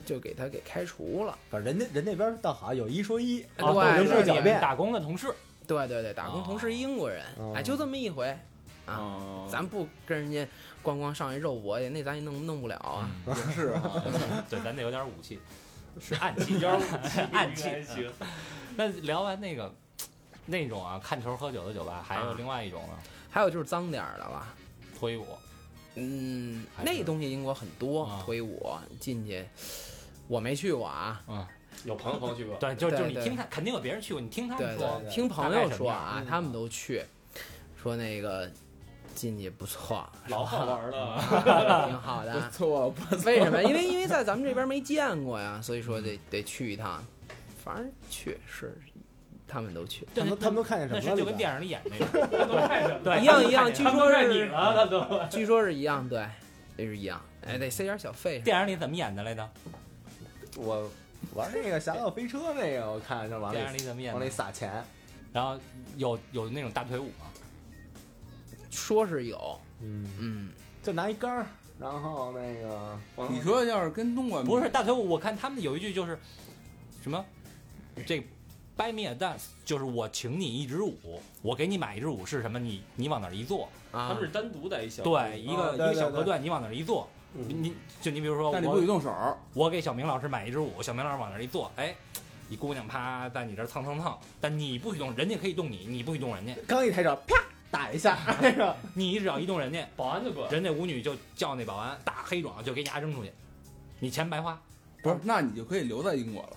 就给他给开除了。反正人家人那边倒好，有一说一，对啊就人是数你狡们辩。打工的同事，对对对，打工同事英国人，哦哎，就这么一回。啊啊咱不跟人家咣咣上一肉搏去，那咱也弄弄不了嗯啊。也是啊， 对，咱得有点武器，是暗器，暗器。嗯那聊完那个那种啊，看球喝酒的酒吧，还有另外一种呢，还有就是脏点儿的了，脱衣舞。嗯，还是那东西英国很多啊，推我进去，我没去过啊，嗯有朋友朋友去过，对，就是就是你对对听他，肯定有别人去过，你听他对们说，对，听朋友说大概什么啊样，嗯他们都去，说那个进去不 错，老好玩了。挺好的。错不为什么？因为因为在咱们这边没见过呀，所以说嗯得得去一趟。反正去是他们都去，他对们他们都看见什那么是了？就跟里边电影里演那种，对，一样一样。就据他们都说认你是了，他都据说是一样，对，这是一样。哎，得塞点小费什么的。电影里怎么演的来着？我玩那个《侠盗飞车》那个，我看就往里电影里怎么演往里的？撒钱，然后有有那种大腿舞吗？说是有，嗯，嗯，就拿一杆儿，然后那个你说要是跟东莞比不是大腿舞，我看他们有一句就是什么，这 “buy me a dance” 就是我请你一支舞，我给你买一支舞是什么？你你往哪儿一坐，他啊们，是单独在一小对，一个啊对一对个小对河段，你往哪儿一坐，嗯你就你比如说但你不许我动手，我给小明老师买一支舞，小明老师往那儿一坐，哎。一姑娘啪在你这儿蹭蹭蹭，但你不许动，人家可以动你，你不许动人家，刚一抬手，啪打一下，那 个你只要一动人家，保安就过来，人家舞女就叫那保安大黑爪就给你丫扔出去，你钱白花。不是，那你就可以留在英国了。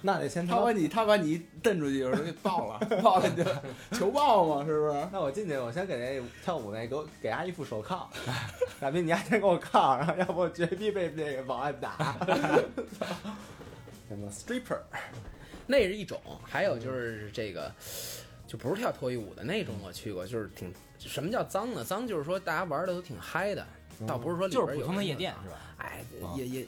那得先他掏把。你他把你蹬出去，有人给爆了，爆了你就求爆嘛，是不是？那我进去，我先给那跳舞那给我给阿一副手 铐，傻逼，你还先给我铐，然后要不我绝逼被那个保安打。 什么 stripper？那是一种，还有就是这个，就不是跳脱衣舞的那种，我去过，就是挺什么叫脏呢？脏就是说大家玩的都挺嗨的，倒不是说里就边是普有通的什么夜店是吧？哎啊，也也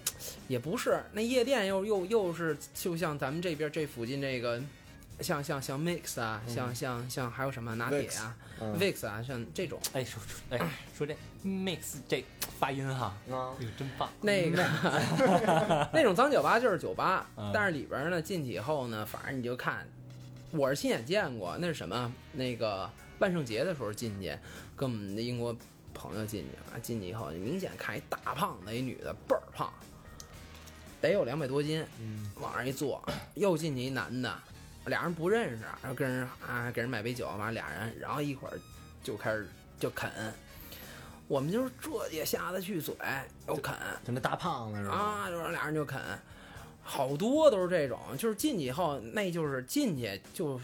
也不是，那夜店又又又是，就像咱们这边这附近这个，像像像 Mix 啊，嗯像像像还有什么拿铁啊嗯，Vix 啊，像这种哎，说说哎，说这 mix 这发音哈，啊，哎呦真棒！那个那种脏酒吧就是酒吧嗯，但是里边呢进去以后呢，反正你就看，我是亲眼见过，那是什么？那个万圣节的时候进去，跟我们的英国朋友进去啊，进去以后你明显看一大胖子一女的倍儿胖，得有两百多斤。嗯，往上一坐，又进去一男的，俩人不认识，然后跟人啊给人买杯酒，完了俩人，然后一会儿就开始就啃，我们就是这也下得去嘴，又啃就那大胖子是吧？啊，就是俩人就啃，好多都是这种，就是进去以后，那就是进去就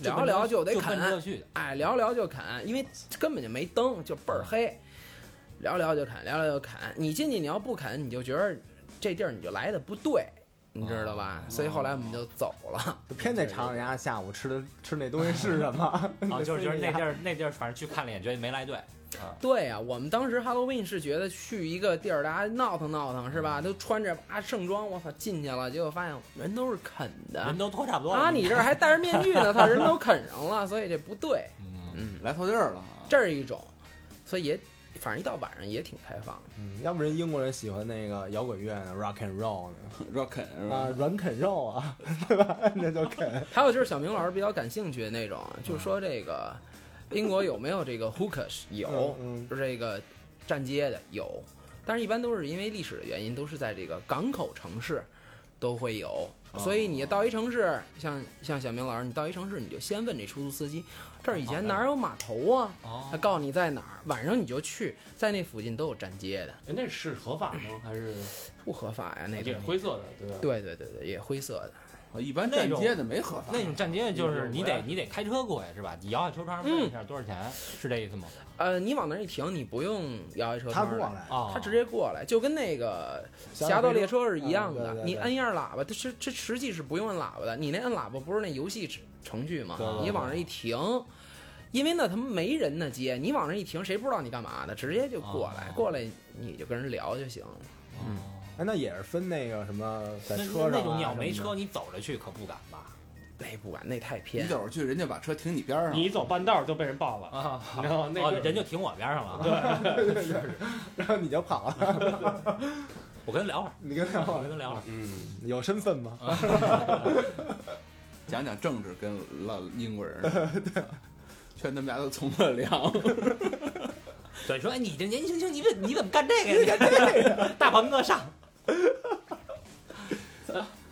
聊聊就得奔这啃， 去的，哎，聊聊就啃，因为根本就没灯，就倍儿黑，聊聊就啃，聊聊就啃。你进去你要不啃，你就觉得这地儿你就来的不对，你知道吧？哦所以后来我们就走了。 就偏得尝人家下午吃的吃那东西是 什么。啊，就是就 是那地儿那地儿，反正去看了一眼，觉得没来对，对呀、我们当时 Halloween 是觉得去一个地儿大家闹腾闹腾是吧？都穿着啊盛装，我操进去了，结果发现人都是啃的人都脱差不多了啊，你这儿还戴着面具 呢，操，人都啃上了，所以这不对。嗯嗯，来套地儿了啊，这是一种，所以也反正一到晚上也挺开放的。嗯，要不人英国人喜欢那个摇滚乐呢，rock and roll 呢，绕肯嗯是啊吧？，软啃肉啊， 对吧？那就啃。还有就是小明老师比较感兴趣的那种，就是说这个英国有没有这个 hookish？有，嗯，就是这个站街的有，但是一般都是因为历史的原因，都是在这个港口城市都会有。所以你到一城市，像像小明老师，你到一城市，你就先问这出租司机，这儿以前哪有码头啊？他哦，告诉你在哪儿，晚上你就去，在那附近都有站街的，哎，那是合法吗？还是不合法呀，那也种。灰色的，对吧？哎对对对对，也灰色的。啊一般站街的没合法，那种站街就是你得嗯你得开车过去是吧？你摇摇车窗问一下多少钱，是这意思吗？呃，你往那儿一停，你不用摇一车他窗过的来，啊，他直接过来，就跟那个《侠盗猎车》是一样的。嗯对对对你摁一下喇叭，它实这实际是不用摁喇叭的。你那摁喇叭不是那游戏程序吗对对？对你往那一停，因为那他妈没人呢接，你往那一停，谁不知道你干嘛呢？直接就过来，哦过来你就跟人聊就行了。哦。哎，那也是分那个什么在那车上啊那种你要没什么车，的，嗯你走着去可不敢吧？那不管，那太你嗯偏。走着去，人家把车停你边儿 上你。一走半道儿就被人爆了，啊，你知道吗？那哦个人就停我边上了。对，然后你就跑了，我跟他聊会儿，你跟他我跑跟他聊会儿。嗯，有身份吗？讲讲政治跟老英国人似的，劝他们俩都从了良。 对，说哎，你这年纪轻轻，你怎你怎么干这个呀？你 大鹏哥上，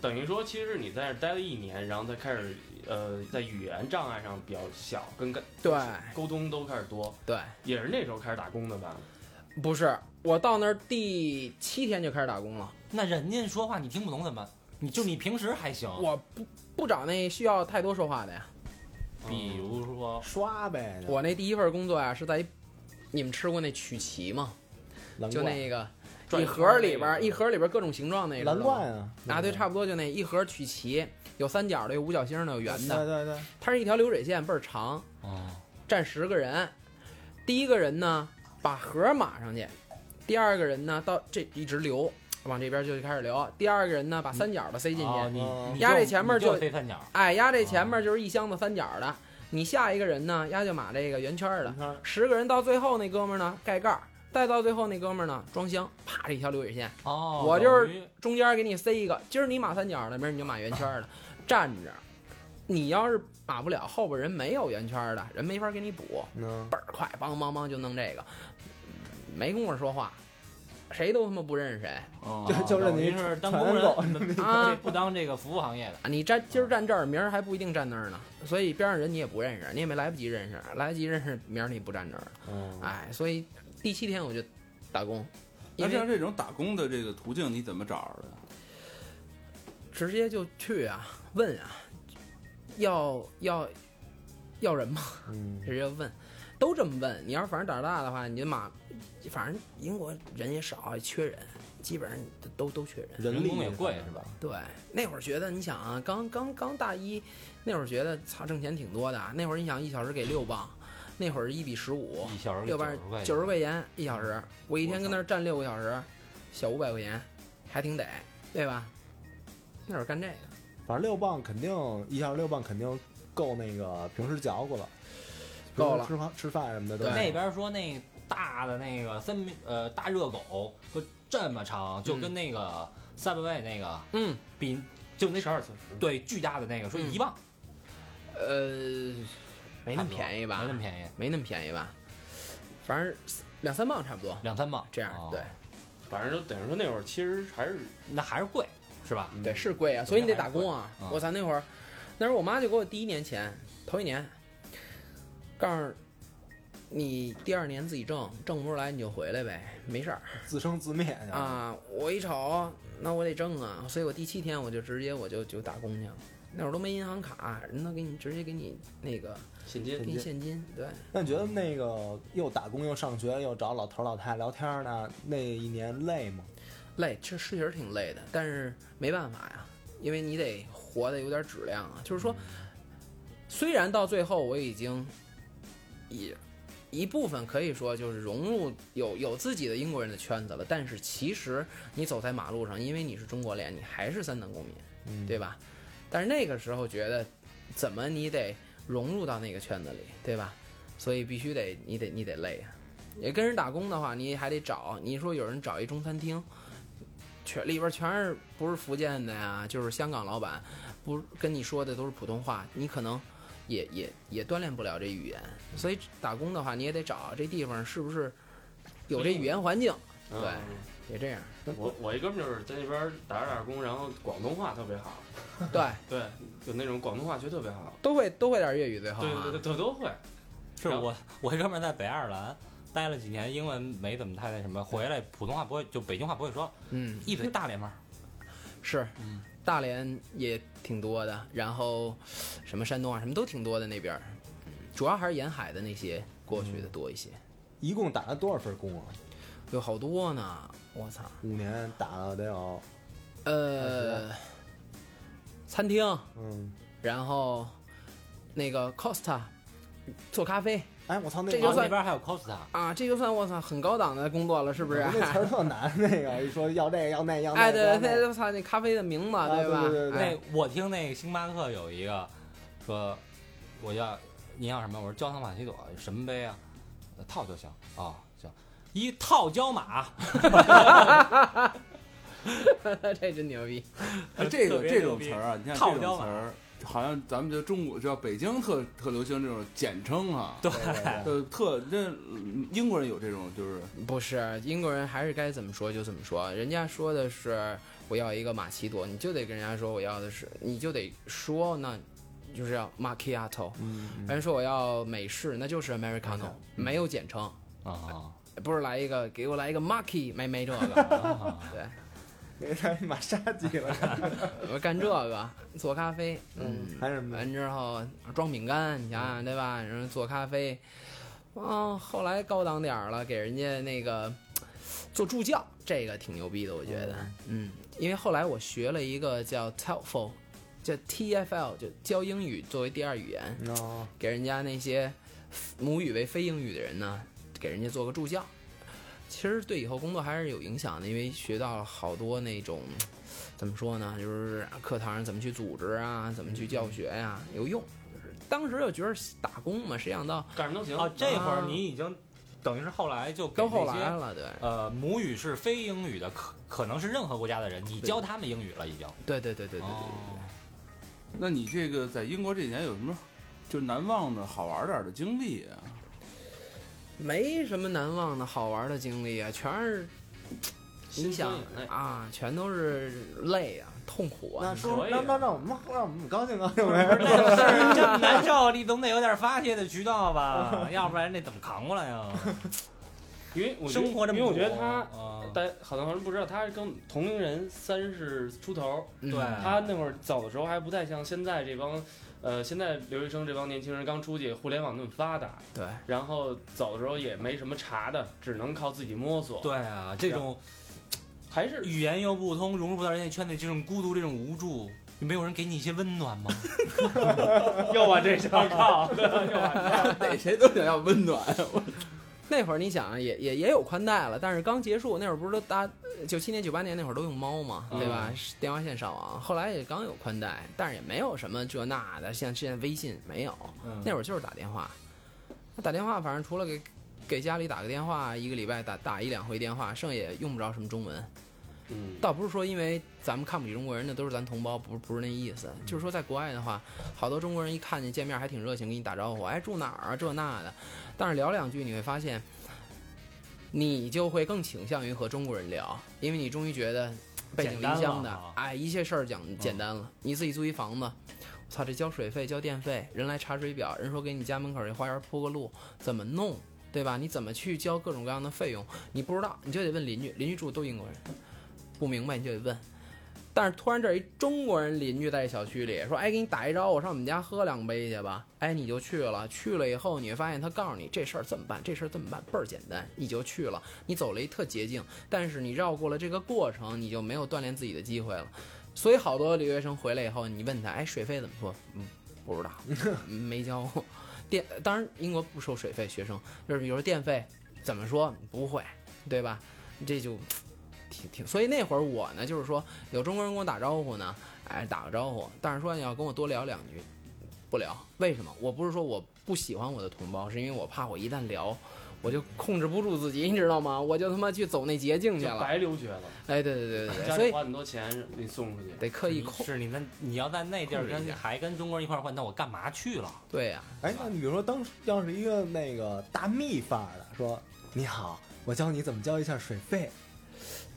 等于说其实你在这儿待了一年，然后再开始呃，在语言障碍上比较小，跟跟对沟通都开始多，对，也是那时候开始打工的吧？不是，我到那儿第七天就开始打工了。那人家说话你听不懂怎么办？你就你平时还行，我不不找那需要太多说话的呀。比如说刷呗，我那第一份工作呀、是在一，你们吃过那曲奇吗？蓝就罐那个转一圈盒里那边个一盒里边各种形状那个蓝知道吗罐啊，啊，对，差不多就那一盒曲奇，有三角的，有五角星的，有圆的，对对对，它是一条流水线，倍儿长，嗯，站十个人，第一个人呢把盒码上去，第二个人呢到这一直流，往这边就开始流，第二个人呢把三角的塞进去，哦嗯你你压这就前面你就就黑三角，哎，压这前面就是一箱子三角的，你下一个人呢，压就码这个圆圈的，你看十个人到最后那哥们儿呢盖盖儿，再到最后那哥们儿呢装箱，啪这一条流水线，哦，我就是等于中间给你塞一个，今儿你码三角的，明儿你就码圆圈的，站着。你要是码不了，后边人没有圆圈的，人没法给你补，嗯，倍儿快，梆梆梆就弄这个，没工夫说话，谁都他妈不认识谁哦就就认等你于是当传工染狗 人，啊不当这个服务行业的，啊！你站今儿站这儿，明儿还不一定站那儿呢，所以边上人你也不认识，你也没来不及认识，来得及认识，明儿你不站这儿了，嗯，哎，所以第七天我就打工，那因像为这种打工的这个途径你怎么找着的？直接就去啊，问啊，要要要人吗？ 嗯直接问，都这么问。你要是反正胆儿大的话，你就马，反正英国人也少，也缺人，基本上都都缺人。人力工也贵是吧？对，那会儿觉得你想啊，刚刚刚大一，那会儿觉得操挣钱挺多的啊。那会儿你想一小时给六磅，那会儿一比十五，一小时六九百十块钱，九十块钱一小时，我一天我跟那儿站六个小时，小五百块钱，还挺得，对吧？那会儿干这个。反正六磅肯定一下六磅肯定够那个平时嚼过了，够了平时吃饭吃饭什么的都那边说那大的那个三明呃大热狗就这么长，就跟那个 Subway 那个嗯，比，就那十二小时，对巨大的那个说嗯一万，呃，没那差不么多便宜吧没那么便宜，没那么便宜吧？反正两三磅差不多。两三磅这样哦对反正就等于说那会儿其实还是嗯那还是贵是吧？对，是贵啊，所以你得打工啊还是贵。嗯我操，那会儿，那时候我妈就给我第一年钱，头一年，告诉你第二年自己挣，挣不出来你就回来呗，没事儿自生自灭去，啊。我一瞅，那我得挣啊，所以我第七天我就直接我就就打工去了。那会儿都没银行卡，人都给你直接给你那个现给金。你现金，对，那你觉得那个又打工又上学又找老头老太太聊天呢，那一年累吗？累，这是确实挺累的，但是没办法呀，因为你得活得有点质量啊。就是说，虽然到最后我已经一一部分可以说就是融入有有自己的英国人的圈子了，但是其实你走在马路上，因为你是中国脸，你还是三等公民，嗯，对吧？但是那个时候觉得，怎么你得融入到那个圈子里，对吧？所以必须得你得你得累啊。也跟人打工的话，你还得找，你说有人找一中餐厅，全里边全是不是福建的呀，就是香港老板，不跟你说的都是普通话，你可能也也也锻炼不了这语言。所以打工的话，你也得找这地方是不是有这语言环境，嗯对也这样。我我一哥们儿就是在那边打着打着工，然后广东话特别好， 对，对，有那种广东话学特别好，都会都会点粤语最好、啊。对对对，都都会。是我我一哥们儿在北爱尔兰待了几年，英文没怎么太那什么，回来普通话不会，就北京话不会说，嗯。一嘴大连味儿。是，嗯大连也挺多的，然后什么山东啊，什么都挺多的那边儿，嗯主要还是沿海的那些过去的多一些，一共打了多少份工啊？有好多呢，我操，五年打了得有，呃，餐厅，嗯，然后那个 Costa 做咖啡哎，我操，那这然就后那算边还有 Costa，啊，这就算我操很高档的工作了，是不啊是？我啊那 词儿特难，那个一说要这个要那要那，哎，对，要那那我操，那咖啡的名字，啊吧？对对对对哎那我听那星巴克有一个说，我要您要什么？我说焦糖玛奇朵，什么杯啊？呃套就行啊、哦行，一套焦玛， 这真牛逼。哎，这特个别这牛种逼词儿啊，你看套这椒种词嘛儿，好像咱们就中国，知道北京特特流行这种简称啊。对，对对对呃，特这英国人有这种，就是不是英国人，还是该怎么说就怎么说。人家说的是我要一个玛奇朵，你就得跟人家说我要的是，你就得说那就是要 macchiato。嗯，嗯人家说我要美式，那就是 americano，没有简称，啊、 不是来一个给我来一个 m a c k y 没没这个。啊对， 给他一马杀鸡了，我干这个做咖啡， 嗯，嗯，还是没完之后装饼干，你想想对吧？然后做咖啡，哦，后来高档点儿了，给人家那个做助教，这个挺牛逼的，我觉得，嗯，因为后来我学了一个叫 TEFL，叫 TFL，就教英语作为第二语言，哦，给人家那些母语为非英语的人呢，给人家做个助教。其实对以后工作还是有影响的，因为学到了好多那种怎么说呢，就是课堂上怎么去组织啊，怎么去教学呀、有用。当时就觉得打工嘛，谁想到赶上都行啊哦，这会儿你已经等于是后来就给到后那些来了，对呃，母语是非英语的，可可能是任何国家的人，你对教他们英语了已经。对对对对对对那你这个在英国这几年有什么就难忘的好玩点儿的经历啊？没什么难忘的好玩的经历啊，全是你心酸想眼泪。啊，全都是累啊、痛苦啊那。说可以那那那我们让我们高兴高兴呗，但是这么难受，你总得有点发泄的渠道 吧，要不然那怎么扛过来呀？因为我觉得生活这么因为我觉得苦他，嗯但好多人不知道，他是跟同龄人三十出头，嗯对他那会儿早的时候还不太像现在这帮，呃，现在留学生这帮年轻人刚出去，互联网那么发达，对，然后早的时候也没什么查的，只能靠自己摸索，对啊，这种还是语言又不通，融入不到人家圈内，这种孤独，这种无助，没有人给你一些温暖 吗？又往这上靠，又往这上逮谁都想要温暖， 那会儿你想啊也也也有宽带了，但是刚结束那会儿不是都搭九七年九八年那会儿都用猫嘛，嗯对吧？是电话线上网，后来也刚有宽带，但是也没有什么这那的，像现在微信没有，嗯那会儿就是打电话，那打电话反正除了给给家里打个电话，一个礼拜打打一两回电话，剩下也用不着什么中文。嗯，倒不是说因为咱们看不起中国人，那都是咱同胞，不是不是那意思。就是说在国外的话，好多中国人一看见见面还挺热情，给你打招呼，哎，住哪儿啊，这那的。但是聊两句，你会发现，你就会更倾向于和中国人聊，因为你终于觉得背井离乡简单了的啊，哎，一切事儿讲简单了。你自己租一房子，我操，这交水费、交电费，人来查水表，人说给你家门口这花园铺个路，怎么弄？对吧？你怎么去交各种各样的费用？你不知道，你就得问邻居，邻居住的都英国人，不明白你就得问。但是突然这儿一中国人邻居在这小区里说：“哎，给你打一招呼，上我们家喝两杯去吧。”哎，你就去了。去了以后，你会发现他告诉你这事儿这么办，这事儿这么办，倍儿简单，你就去了。你走了一特捷径，但是你绕过了这个过程，你就没有锻炼自己的机会了。所以好多留学生回来以后，你问他：“哎，水费怎么说？”嗯，不 知道，没交过。电当然英国不收水费，学生就是比如说电费怎么说不会，对吧？这就挺挺，所以那会儿我呢，就是说有中国人跟我打招呼呢，哎，打个招呼，但是说你要跟我多聊两句，不聊，为什么？我不是说我不喜欢我的同胞，是因为我怕我一旦聊，我就控制不住自己，你知道吗？我就他妈去走那捷径去就了。白留学了，哎，对对对对对，家所里以花那么多钱你送出去，得刻意你控。是你在你要在那地儿控制一跟下还跟中国人一块儿混，那我干嘛去 了？对呀、 哎，那你比如说，当时要是一个那个大蜜范儿的，说你好，我教你怎么交一下水费，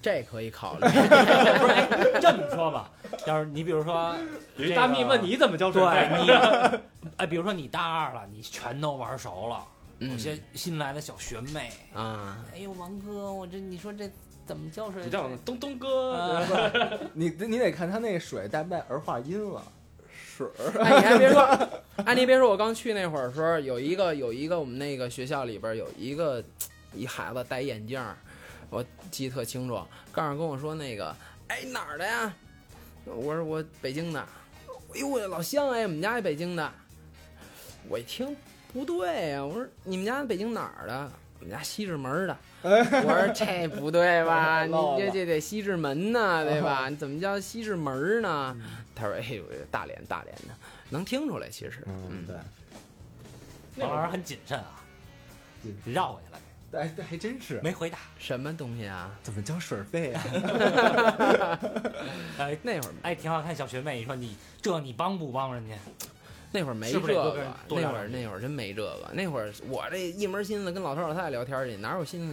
这可以考不虑。是，哎这么说吧，要是你比如说，有一大蜜问你怎么交水费，对你，哎，比如说你大二了，你全都玩熟了，有嗯些新来的小学妹，啊，哎呦，王哥，我这你说这怎么交水 你叫东东呃哥，你你得看他那水带不带儿化音了。水儿哎，你还别说，哎，你别说，我刚去那会儿的时候，有一个有一个我们那个学校里边儿有一个一孩子戴眼镜儿，我记得特清楚，告诉跟我说那个，哎哪儿的呀？我说我北京的，哎呦我老乡哎，我们家也北京的。我一听不对呀、我说你们家北京哪儿的？我们家西直门的。我说这不对吧？你漏了这这得西直门呢，对吧？你怎么叫西直门呢？他说：“哎呦，大连大连的，能听出来，其实，嗯，对，那王会老师儿很谨慎啊谨，绕过去了，哎，对，还真是。没回答。什么东西啊？怎么交水费 啊？哎那会儿哎，挺好看小学妹，你说你这你帮不帮人家？那会儿没是这不是得多个跟，那多聊会儿那会儿真没这个，那会儿我这一门心思跟老头老太太聊天去，哪有心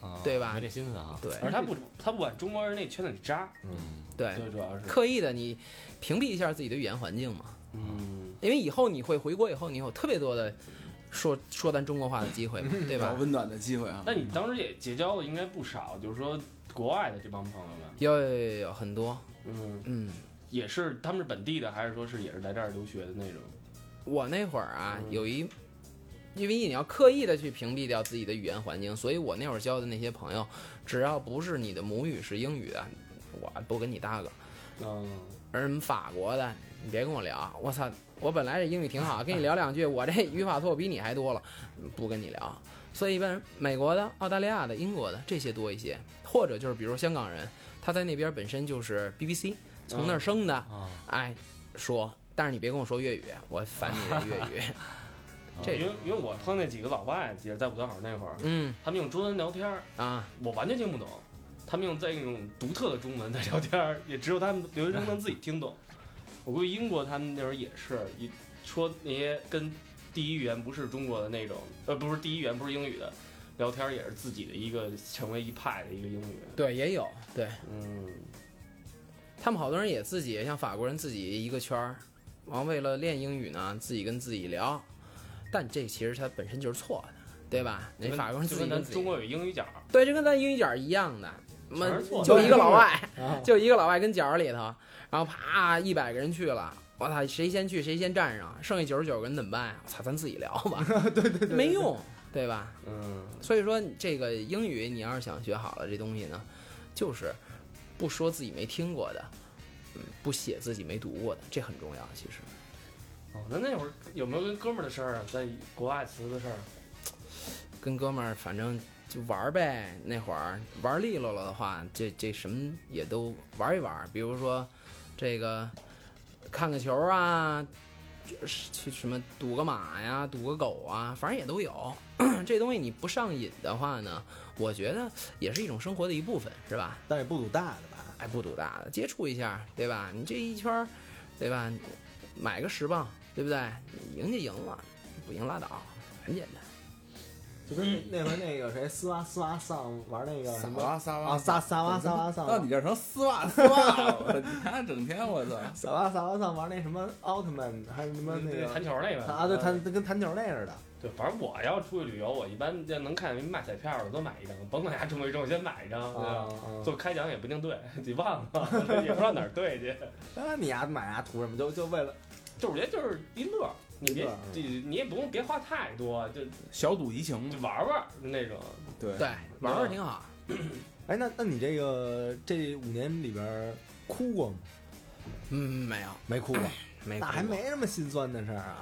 思？啊对吧没这心思啊。嗯对而他不他不管中国人那圈子里扎，对，最主要是，刻意的你屏蔽一下自己的语言环境嘛，嗯，因为以后你会回国以后，你有特别多的说说咱中国话的机会嘛，对找吧？温暖的机会啊！那你当时也结交了应该不少，就是说国外的这帮朋友们？有有有有很多，嗯，嗯，也是他们是本地的，还是说是也是来这儿留学的那种？我那会儿啊，嗯有一，因为你要刻意的去屏蔽掉自己的语言环境，所以我那会儿交的那些朋友，只要不是你的母语是英语的，啊我不跟你搭个。嗯，而什么法国的，你别跟我聊，我操，我本来这英语挺好，跟你聊两句，我这语法错比你还多了， 不跟你聊。所以一般美国的、澳大利亚的、英国的这些多一些，或者就是比如香港人，他在那边本身就是 BBC 从那儿生的，啊，哎，说，但是你别跟我说粤语，我烦你这粤语。 这因为因为我碰那几个老外也是在五道口那会儿，嗯他们用中文聊天儿，啊，我完全听不懂。他们用在用独特的中文在聊天儿，也只有他们留学生能自己听懂。我估计英国他们那会儿也是一说那些跟第一语言不是中国的那种，呃，不是第一语言不是英语的，聊天儿也是自己的一个成为一派的一个英语。对，也有，对嗯，他们好多人也自己像法国人自己一个圈儿，完为了练英语呢，自己跟自己聊，但这其实它本身就是错的，对吧？就那跟法国人就自己跟跟咱自中己，国有英语角儿，对，这跟咱英语角一样的。妈全是错的就一个老外， 啊，就一个老外跟角儿里头，然后啪一百个人去了，我操，谁先去谁先占上，剩下九十九个人怎么办呀？我操，咱自己聊吧，对对对，没用，对吧？嗯，所以说，这个英语你要是想学好了，这东西呢，就是不说自己没听过的，嗯，不写自己没读过的，这很重要。其实哦，那那会儿有没有跟哥们儿的事儿啊？在国外辞的事儿？跟哥们儿反正就玩儿呗，那会儿玩儿利落了的话，这这什么也都玩一玩儿。比如说这个看个球啊，就是去什么赌个马呀，赌个狗啊，反正也都有。 这东西你不上瘾的话呢，我觉得也是一种生活的一部分，是吧？但也不赌大的吧？哎，不赌大的，接触一下，对吧？你这一圈儿，对吧？买个十磅，对不对？赢就赢了，不赢拉倒，很简单。就跟那回那个谁斯瓦斯瓦桑玩那个什么哇撒啊萨萨瓦萨瓦桑，到你这儿成丝袜丝袜了，我操你看整天我操，萨瓦萨瓦桑玩那什么奥特曼，还有什么那弹个球那个啊，对，弹跟弹球那似的。对，反正我要出去旅游，我一般要能看见卖彩票的，多买一张，甭管它中没中，先买一张，对吧？啊！做开奖也不一定对，你忘了， 也不知道哪儿对去。啊，你丫买丫图什么？就就为了就是我觉得就是一乐儿，你一别乐儿啊这你也不用别花太多，就小赌怡情就嘛。玩儿玩儿那种。对，对，玩玩挺好。哎，那那你这个这五年里边儿哭过吗？嗯，没有，没哭过，没那哭还过，没什么心酸的事儿啊。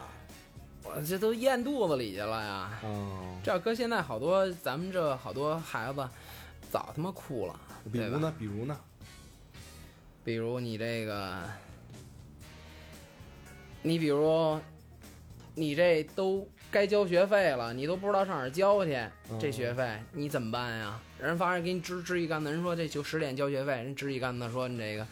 我这都咽肚子里去了呀。嗯，这要搁现在，好多咱们这好多孩子早他妈哭了，比对如吧？呢？比如呢？比如你这个，你比如你这都该交学费了，你都不知道上哪儿交去，这学费你怎么办呀？人发现给你支支一杆子，人说这就十点交学费，人支一杆子说你这个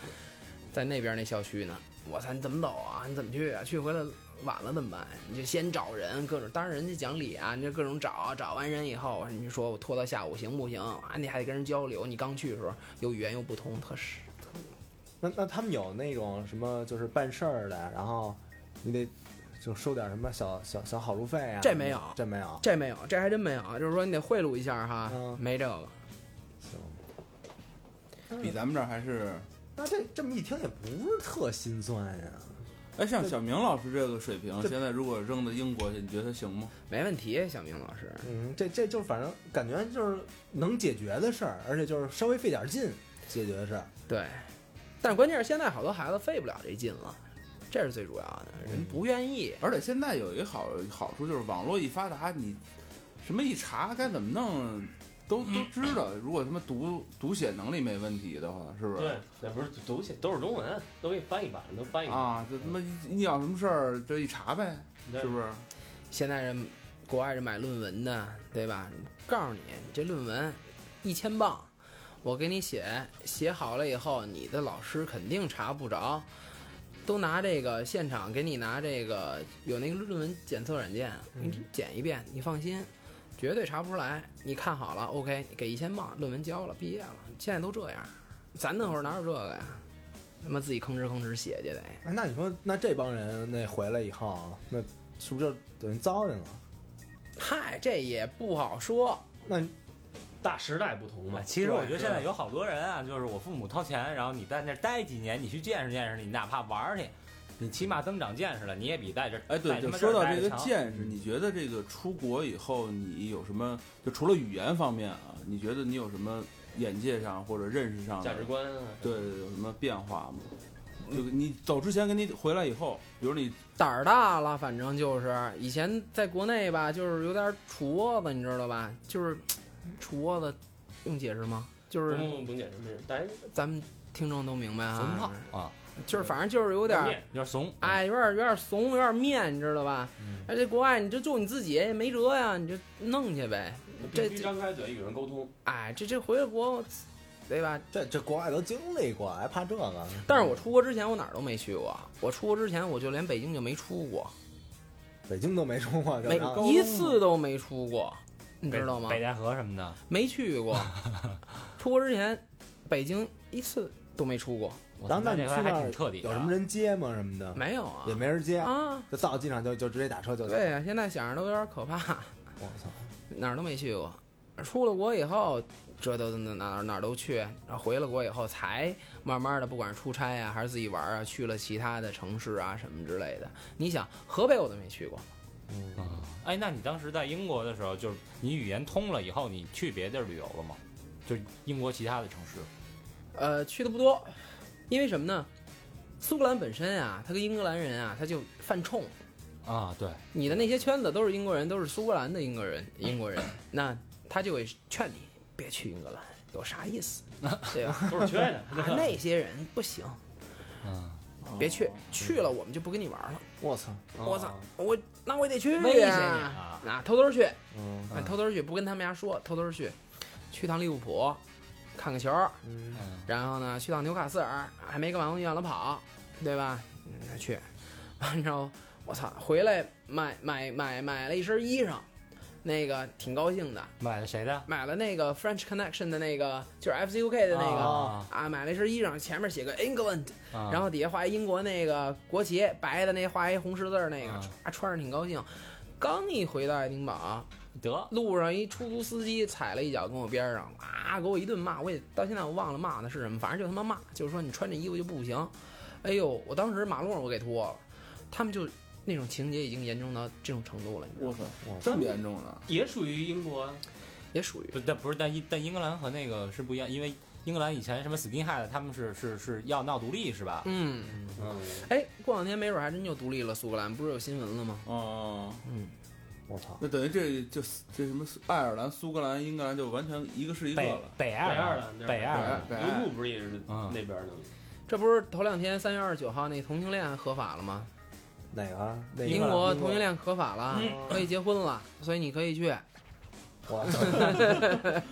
在那边那校区呢，我操，你怎么走啊？你怎么去啊？去回来晚了怎么办？你就先找人，各种，当然人家讲理啊，你就各种找，找完人以后，你说我拖到下午行不行？啊，你还得跟人交流，你刚去的时候又语言又不通，特是。那那他们有那种什么就是办事儿的，然后你得就收点什么小小小好处费啊？这没有这没有。这没有，这还真没有，就是说你得贿赂一下哈，嗯没这个。行，比咱们这儿还是，那这这么一听也不是特心酸呀。哎，像小明老师这个水平，这现在如果扔到英国去，你觉得他行吗？没问题，小明老师。嗯，这这就反正感觉就是能解决的事儿，而且就是稍微费点劲解决的事儿。对，但是关键是现在好多孩子费不了这劲了，这是最主要的，人不愿意。而且现在有一个好好处就是网络一发达，你什么一查该怎么弄，都都知道。如果他妈读读写能力没问题的话，是不是？对，那不是都写都是中文，都给你翻译版，都翻译版，啊，这他妈一一有什么事儿这一查呗，对是不是？现在人国外人买论文的，对吧？告诉你这论文一千磅，我给你写，写好了以后，你的老师肯定查不着。都拿这个现场给你拿这个有那个论文检测软件，嗯你检一遍，你放心，绝对查不出来。你看好了，OK，给一千磅，论文交了，毕业了，现在都这样，咱那会儿哪有这个呀？他妈自己吭哧吭哧写去得。哎，那你说那这帮人那回来以后，啊那是不是就等于糟践了？嗨，这也不好说，那大时代不啊同嘛。其实我觉得现在有好多人啊，就是我父母掏钱，然后你在那儿待几年，你去见识见识，你哪怕玩儿去，你起码增长见识了，你也比在这儿哎，对，在他就妈说这到儿待这得个强见识，你觉得这个出国以后，你有什么？就除了语言方面啊，你觉得你有什么眼界上或者认识上的价值观啊，对有什么变化吗？就你走之前跟你回来以后，比如你胆儿大了，反正就是以前在国内吧，就是有点杵窝子，你知道吧？就是杵窝子，用解释吗？就不是不不不解释，没事，大家咱们听众都明白嗯怂啊，胖啊，就是反正就是有点儿，面有点怂。哎，有点有点怂，有点面，你知道吧？嗯而且国外你就就你自己也没辙呀，你就弄去呗。这必须张开嘴与人沟通。哎，这这回了国，对吧？这这国外都经历过，还怕这个？但是我出国之前我哪儿都没去过，我出国之前我就连北京就没出过，北京都没出过，就啊没当一次都没出过，你知道吗？北戴河什么的，没去 过，出国之前北京一次都没出过，我当操那这你回去那还儿挺彻底的有什么人接吗？什么的没有啊也没人接，啊。就到机场就就直接打车就走。对呀、啊现在想着都有点可怕， 我操，哪儿都没去过。出了国以后，这都哪哪哪儿都去，然后回了国以后才慢慢的，不管是出差啊还是自己玩啊，去了其他的城市啊什么之类的。你想，河北我都没去过，嗯哎，那你当时在英国的时候，就是你语言通了以后，你去别地儿旅游了吗？就是英国其他的城市，呃，去的不多，因为什么呢？苏格兰本身啊，它跟英格兰人啊，它就犯冲。啊，对，你的那些圈子都是英国人，都是苏格兰的英国人，英国人，那他就会劝你别去英格兰，有啥意 思，对吧？都是缺的，啊那些人不行，嗯，别去，去了我们就不跟你玩了。我操，我操，我那我也得去哦威胁你呀，啊，啊，偷偷去，嗯啊偷偷去，不跟他们家说，偷偷去，去趟利物浦，看个球，嗯，嗯然后呢，去趟纽卡斯尔，还没干完我就让他跑，对吧？嗯，去，完之后，我操，回来买买买买了一身衣裳，那个挺高兴的，买了谁的？买了那个 French Connection 的那个，就是 FCUK 的那个啊啊，买了一身衣裳，前面写个 England，啊然后底下画一英国那个国旗，白的那画一红十字儿那个啊，啊，穿着挺高兴。刚一回到爱丁堡，得，路上一出租司机踩了一脚，跟我边上啊，给我一顿骂，我也到现在我忘了骂的是什么，反正就他妈骂，就是说你穿这衣服就不行。哎呦，我当时马路上我给脱了，他们就那种情节已经严重到这种程度了，你知道我吗操，嗯这么严重呢？也属于英国啊。也属于不，但不是，但英但英格兰和那个是不一样，因为英格兰以前什么 skinhead，他们是是是要闹独立是吧？嗯，嗯，哎，过两天没准还真就独立了，苏格兰不是有新闻了吗？哦，我操，那等于这就这什么爱尔兰、苏格兰、英格兰就完全一个是一个北了。北嗯北爱爱尔尔兰，兰，北爱尔兰，北爱刘牧不是也是嗯那边的吗？这不是头两天三月二十九号那同性恋合法了吗？哪个？那个英国同性，恋合法了嗯，可以结婚了，所以你可以去。我 操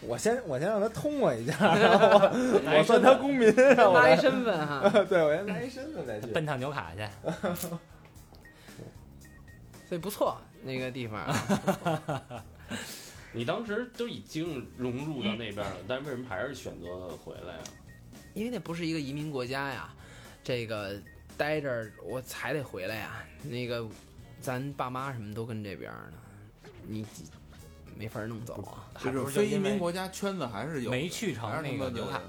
我先我先让他通我一下，然后我我算他公民，让我拉来一身份哈， 对，我先来一身份再去。奔趟纽卡去。所以不错，那个地方。你当时都已经融入到那边了，但是为什么还是选择回来啊？因为那不是一个移民国家呀，这个待着我才得回来呀。那个，咱爸妈什么都跟这边儿呢，你没法弄走啊。这还种不是就非移因为民国家圈子还是有的，没去成还是那他妈个的纽卡，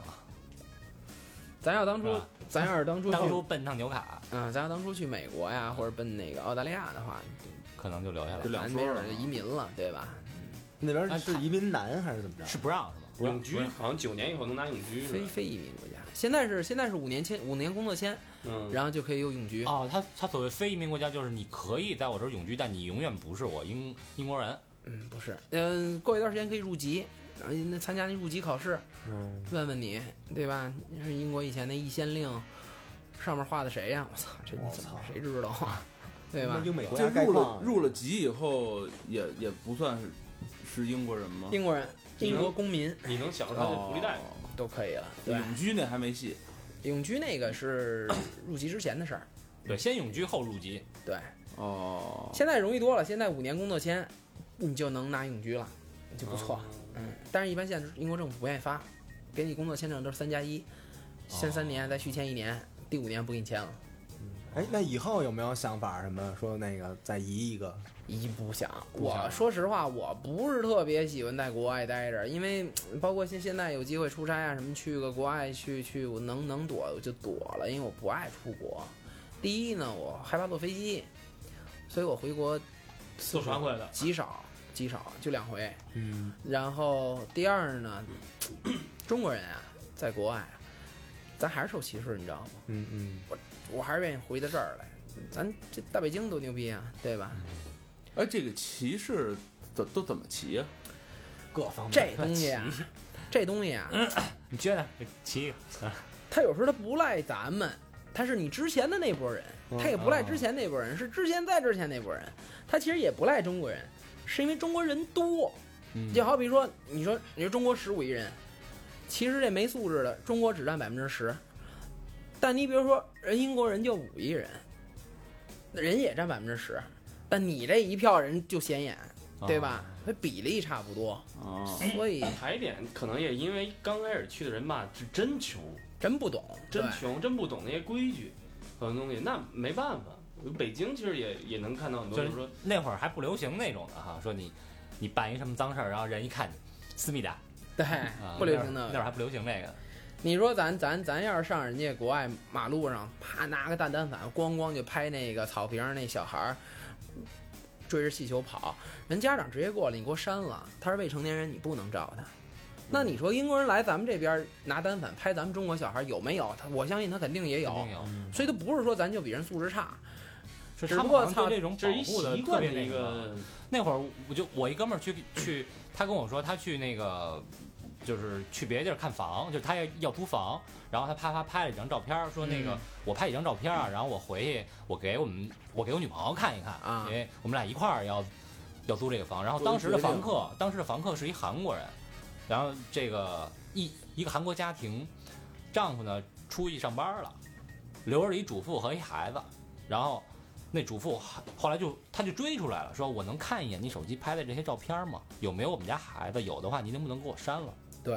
咱要当初是吧，咱要是当初去，当初奔趟纽卡啊、咱要当初去美国呀，或者奔那个澳大利亚的话，可能就留下来这了，两咱没说准了儿就移民了，对吧？那边是移民难还是怎么着？是不让是吗？永居好像九年以后能拿永居是非吧？非移民国家，现在是现在是五年签，五年工作签，嗯，然后就可以有永居。哦，他他所谓非移民国家就是你可以在我这儿永居，但你永远不是我英英国人。嗯，不是，嗯、过一段时间可以入籍，然后那参加那入籍考试，嗯，问问你，对吧？你是英国以前那一仙令，上面画的谁呀、我操，这你我怎么操谁知 道啊？对吧？英美国这家概入况啊了入了籍以后也也不算是是英国人吗？哦英国人、英国公民你能享受他的福利待遇。都可以了。嗯对，永居那还没戏，永居那个是入籍之前的事儿。对，先永居后入籍。对，哦，现在容易多了，现在五年工作签，你就能拿永居了，就不哦错。嗯，但是一般现在英国政府不愿意发，给你工作签证都是三加一，先三哦年，再续签一年，第五年不给你签了。哎，那以后有没有想法什么说那个再移一个？一不想，不想我说实话，我不是特别喜欢在国外待着，因为嗯包括现现在有机会出差啊什么，去个国外去去，我能能躲我就躲了，因为我不爱出国。第一呢，我害怕坐飞机，所以我回国坐船回来的，极少极少，就两回。嗯，然后第二呢，中国人啊，在国外，咱还是受歧视，你知道吗？嗯嗯。我还是愿意回到这儿来，咱这大北京多牛逼啊，对吧？嗯哎，这个骑士怎都怎么骑呀、各方面这 东西啊，这东西啊，嗯你觉得骑一个他有时候他不赖咱们，他是你之前的那波人，他也不赖之前那波人，是之前在之前那波人，他其实也不赖中国人，是因为中国人多，就好比说，你说你说中国十五亿人，其实这没素质的中国只占百分之十，但你比如说人英国人就五亿人，人也占百分之十，但你这一票人就显眼，对吧？他比例差不多，啊？哦，所以还一点可能也因为刚开始去的人吧，是真穷，真不懂，真对穷，真不懂那些规矩，很多东西，那没办法。北京其实也也能看到很多，就就是是说那会儿还不流行那种的哈，说你你办一什么脏事儿，然后人一看你思密达，对啊，不流行那会儿的那。会儿还不流行那个，你说咱咱咱要是上人家国外马路上，啪拿个蛋蛋反，咣咣就拍那个草坪上那小孩儿，追着气球跑，人家长直接过来，你给我删了，他是未成年人，你不能照他。那你说英国人来咱们这边拿单反拍咱们中国小孩有没有？他我相信他肯定也肯有定，有。所以他不是说咱就比人素质差，是只他不们过好像操对这种保这是一护的习特惯别的一个。啊个那会儿我就我一哥们儿去去，他跟我说他去那个就是去别地儿看房，就是他要要租房，然后他啪啪拍了一张照片儿，说那个、嗯我拍一张照片儿，然后我回去我给我们我给我女朋友看一看，啊因为我们俩一块儿要要租这个房，然后当时的房客当时的房客是一韩国人，然后这个一一个韩国家庭，丈夫呢出去上班了，留着一主妇和一孩子，然后那主妇后来就他就追出来了，说我能看一眼你手机拍的这些照片吗？有没有我们家孩子？有的话，你能不能给我删了？对，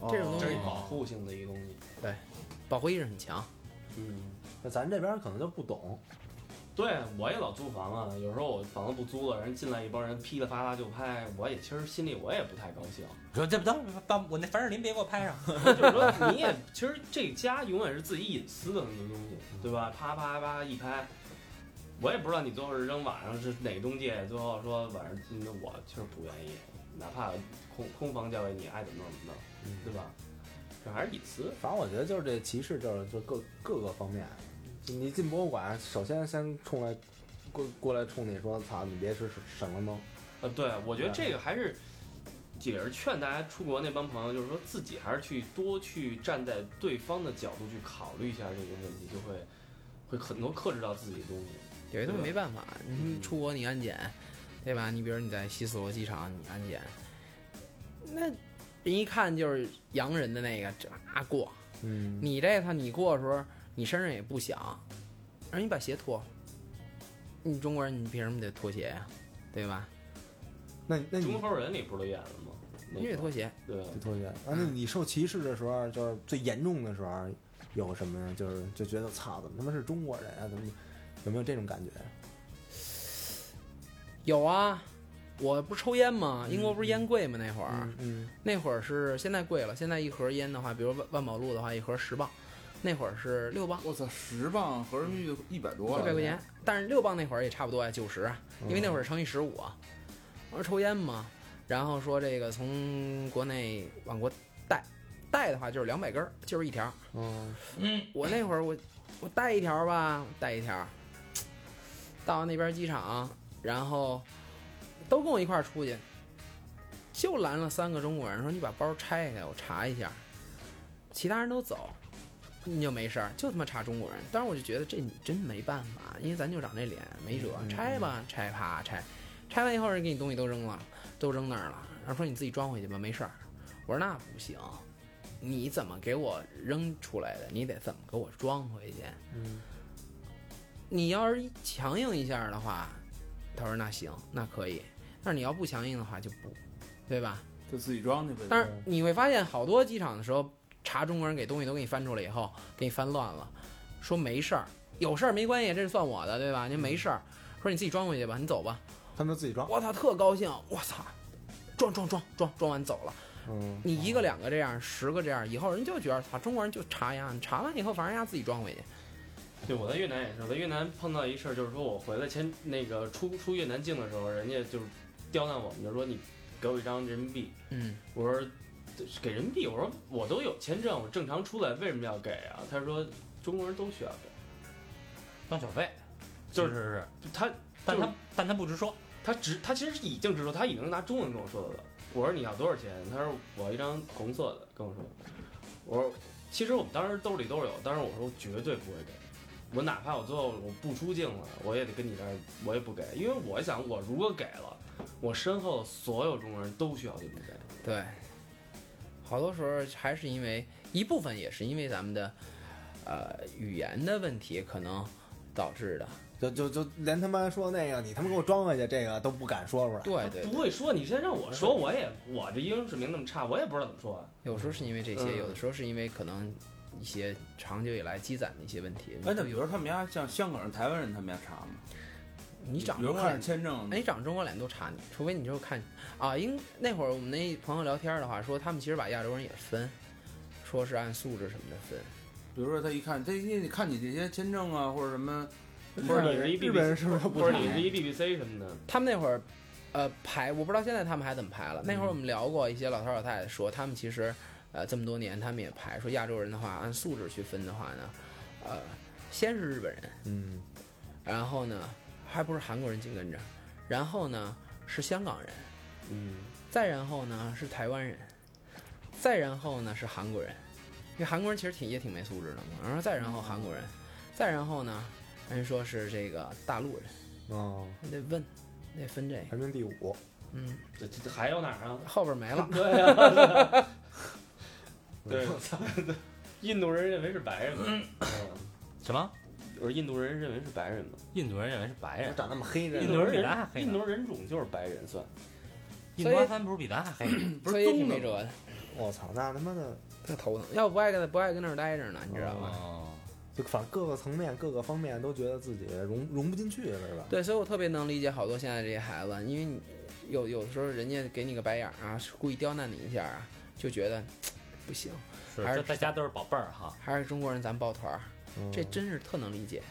哦这种东这是西一保护性的一个东西。保护意识很强。嗯，那咱这边可能就不懂，对我也老租房啊，有时候我房子不租了，人进来一帮人噼里啪啦就拍，我也其实心里我也不太高兴。我说这不当把我那凡士林别给我拍上。 就是说你也其实这家永远是自己隐私的很多东西，对吧？啪啪啪一拍，我也不知道你最后是扔晚上是哪个中介，最后说晚上今天我其实不愿意，哪怕空空房交给你，爱怎么弄怎么嗯弄，对吧？这还是隐私。反正我觉得就是这歧视，就是就各各个方面。就你进博物馆，首先先冲来过过来冲你说：“操，你别吃闪光灯。呃，对，我觉得这个还是也是劝大家出国那帮朋友，就是说自己还是去多去站在对方的角度去考虑一下这个问题，就会会很多克制到自己的东西。有些东西没办法，你嗯出国你安检，对吧？你比如你在希斯罗机场你安检，那人一看就是洋人的那个，这啊过。”嗯，你这趟你过的时候，你身上也不想，让你把鞋脱了。你中国人你凭什么得脱鞋呀、对吧？那那中国你风人里不是都演了吗？那你得个脱鞋。对，就同学啊，那你受歧视的时候，啊就是最严重的时候，啊有什么呀？就是就觉得操，怎么他妈是中国人啊？怎么有没有这种感觉？有啊，我不是抽烟吗？英国不是烟贵吗？那会儿，嗯那会儿是现在贵了。现在一盒烟的话，比如万万宝路的话，一盒十磅，那会儿是六磅，我操，十磅合人民币就一百多啊一了，百块钱。但是六磅那会儿也差不多呀，九十啊。嗯因为那会儿乘以十五，啊我说抽烟嘛，然后说这个从国内往国带，带的话就是两百根儿，就是一条。嗯我那会儿我我带一条吧，带一条，到那边机场，然后都跟我一块儿出去，就拦了三个中国人，说你把包拆开，我查一下。其他人都走，你就没事儿，就他妈查中国人。当时我就觉得这你真没办法，因为咱就长这脸，没辙，拆吧，拆啪拆，拆完以后人给你东西都扔了，都扔那儿了，然后说你自己装回去吧，没事儿。我说那不行，你怎么给我扔出来的？你得怎么给我装回去？嗯你要是强硬一下的话，他说那行，那可以。但是你要不强硬的话就不，对吧？就自己装去呗。但是嗯你会发现，好多机场的时候查中国人给东西都给你翻出来以后，给你翻乱了，说没事儿，有事儿没关系，这是算我的，对吧？您没事儿，说你自己装回去吧，你走吧。他们就自己装。我操，特高兴，我操，撞撞撞撞撞完走了。嗯，你一个两个这样，十个这样，以后人就觉得操，中国人就查呀，你查完以后，反正人家自己装回去。对，我在越南也是，我在越南碰到一事儿，就是说我回来前那个出出越南境的时候，人家就是刁难我们，就说你给我一张人民币，嗯，我说给人民币，我说我都有签证，我正常出来为什么要给啊？他说中国人都需要给，当小 费，就是是是，就他但就是他但他不直说，他直他其实已经直说，他已经拿中文跟我说了。我说你要多少钱？他说我要一张红色的，跟我说。我说其实我们当时兜里都是有，但是我说绝对不会给。我哪怕我最后我不出境了，我也得跟你这儿，我也不给，因为我想我如果给了，我身后所有中国人都需要这么给。对，好多时候还是因为一部分也是因为咱们的呃语言的问题可能导致的。就就就连他妈说那个你他妈给我装回去，这个都不敢说出来。对 对，不会说，你现在让我说，我也我这英语水平那么差，我也不知道怎么说啊。有时候是因为这些，嗯有的时候是因为可能一些长久以来积攒的一些问题。哎，那比如说他们家像香港人、台湾人，他们家查吗？你长嗯比如中国看脸，签证，哎，你长中国脸都查你，除非你就是看啊。应那会儿我们那朋友聊天的话，说他们其实把亚洲人也分，说是按素质什么的分。比如说他一看，他一你看你这些签证啊，或者什么，或者你是一日本人 BBC，是不是都不或者懂你是一 BBC 什么的，他们那会儿，呃，排我不知道现在他们还怎么排了。那会儿我们聊过一些老头老太太说，他们其实，呃，这么多年他们也排说亚洲人的话，按素质去分的话呢，呃，先是日本人，嗯，然后呢，呃还不是韩国人紧跟着，然后呢是香港人，嗯，再然后呢是台湾人，再然后呢是韩国人，因为韩国人其实挺也挺没素质的嘛。然后再然后韩国人，再然后呢，人说是这个大陆人，哦，你得问，你得分这个， 排名第五，嗯，这这这还有哪儿啊？后边没了。对呀、对，我操， 印度人认为是白人嘛？嗯什么？我说印度人认为是白人嘛？印度人认为是哎白人，长那么黑印度人比咱还黑印呢。度人种就是白人算。印所度以阿三不是比咱还黑吗？不所是以也挺棕没的辙吗？的，我操，那他妈的特头疼。要不爱跟不爱跟那儿待着呢，你知道吗？哦，就反正各个层面、各个方面都觉得自己融融不进去了，是吧？对，所以我特别能理解好多现在这些孩子，因为你有有的时候人家给你个白眼儿啊，是故意刁难你一下啊，就觉得不行，是还是这大家都是宝贝儿哈。还是中国人咱抱团儿，嗯这真是特能理解。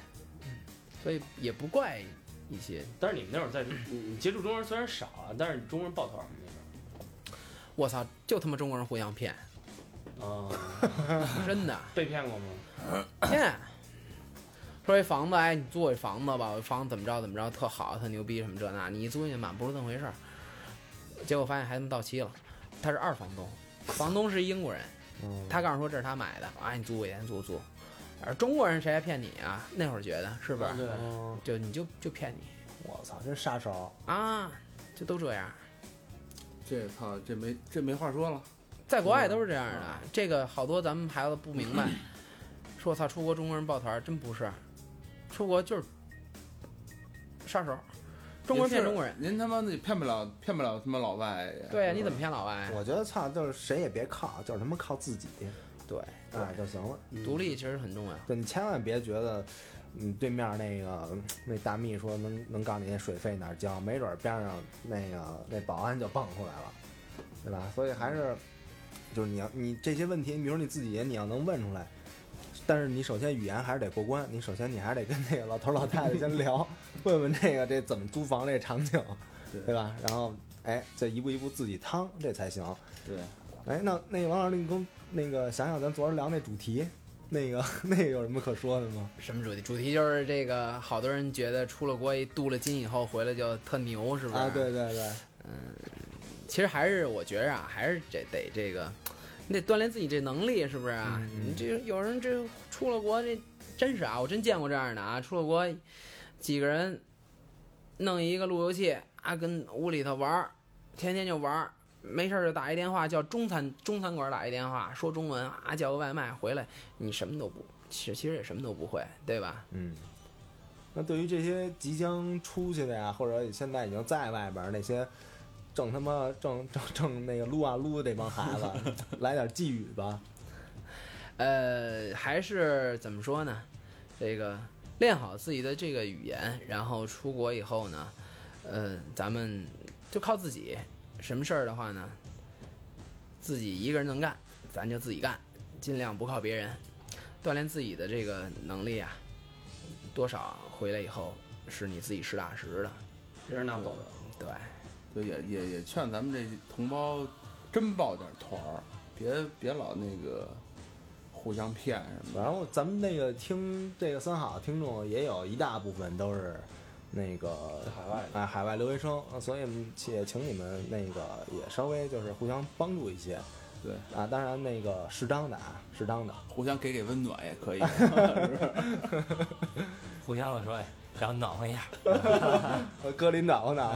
所以也不怪一些，但是你们那会儿在，你你接触中国人虽然少啊，但是你中国人抱团儿那我操，就他妈中国人互相骗，个啊，真的被骗过吗？骗。说这房子，哎，你租我这房子吧，我这房子怎么着怎么着特好，特牛逼什么这那，你一租进去满不是这么回事儿。结果发现孩子们到期了，他是二房东，房东是英国人。嗯他告诉说这是他买的，啊，你租也租租。而中国人谁还骗你啊？那会儿觉得是不是？对，嗯就你就就骗你我操，真杀手！啊，就都这样，这操，这没这没话说了。在国外都是这样的。这个好多咱们孩子不明 白，说我操，出国中国人抱团儿，真不是，出国就是杀手，中国人骗中国人。也是，您他妈的骗不了，骗不了他妈老外呀。对呀，是吧啊你怎么骗老外？我觉得操，就是谁也别靠，就是他妈靠自己，对，啊就行了。独立其实很重要。就你千万别觉得，嗯，对面那个嗯那大秘说能能告诉你那水费哪儿交，没准儿边上那个那保安就蹦出来了，对吧？所以还是，就是你要你这些问题，你比如你自己你要能问出来，但是你首先语言还是得过关，你首先你还是得跟那个老头儿老太太先聊， 问问这个这怎么租房这场景，对吧？然后哎，再一步一步自己趟，这才行。对，哎，那那王老师，你跟我那个想想咱昨儿聊那主题，那个 那个有什么可说的吗？什么主题？主题就是这个，好多人觉得出了国一镀了金以后回来就特牛，是不是？啊，对对对，其实还是我觉着啊，还是得得这个，你得锻炼自己这能力，是不是啊？嗯嗯你这有人这出了国，这真是啊，我真见过这啊样的啊，出了国几个人弄一个路由器啊，跟屋里头玩儿，天天就玩儿，没事儿就打一电话叫中餐中餐馆打一电话说中文啊，叫个外卖回来，你什么都不，其实其实也什么都不会，对吧？嗯。那对于这些即将出去的呀，或者现在已经在外边儿那些正他妈正正正那个撸啊撸的这帮孩 子，来点寄语吧。呃，还是怎么说呢？这个练好自己的这个语言，然后出国以后呢，呃，咱们就靠自己，什么事儿的话呢，自己一个人能干，咱就自己干，尽量不靠别人，锻炼自己的这个能力啊，多少回来以后是你自己实打实的，别人拿不走的。对，就也也也劝咱们这同胞真抱点团儿，别别老那个互相骗什么然后咱们那个听这个三好的听众也有一大部分都是那个海外哎海外留学生，啊所以也请你们那个也稍微就是互相帮助一些的，对，啊，当然那个适当的啊，适当的。互相给给温暖也可以。啊互相的说，哎，然后暖和一下。呃哥领导呢？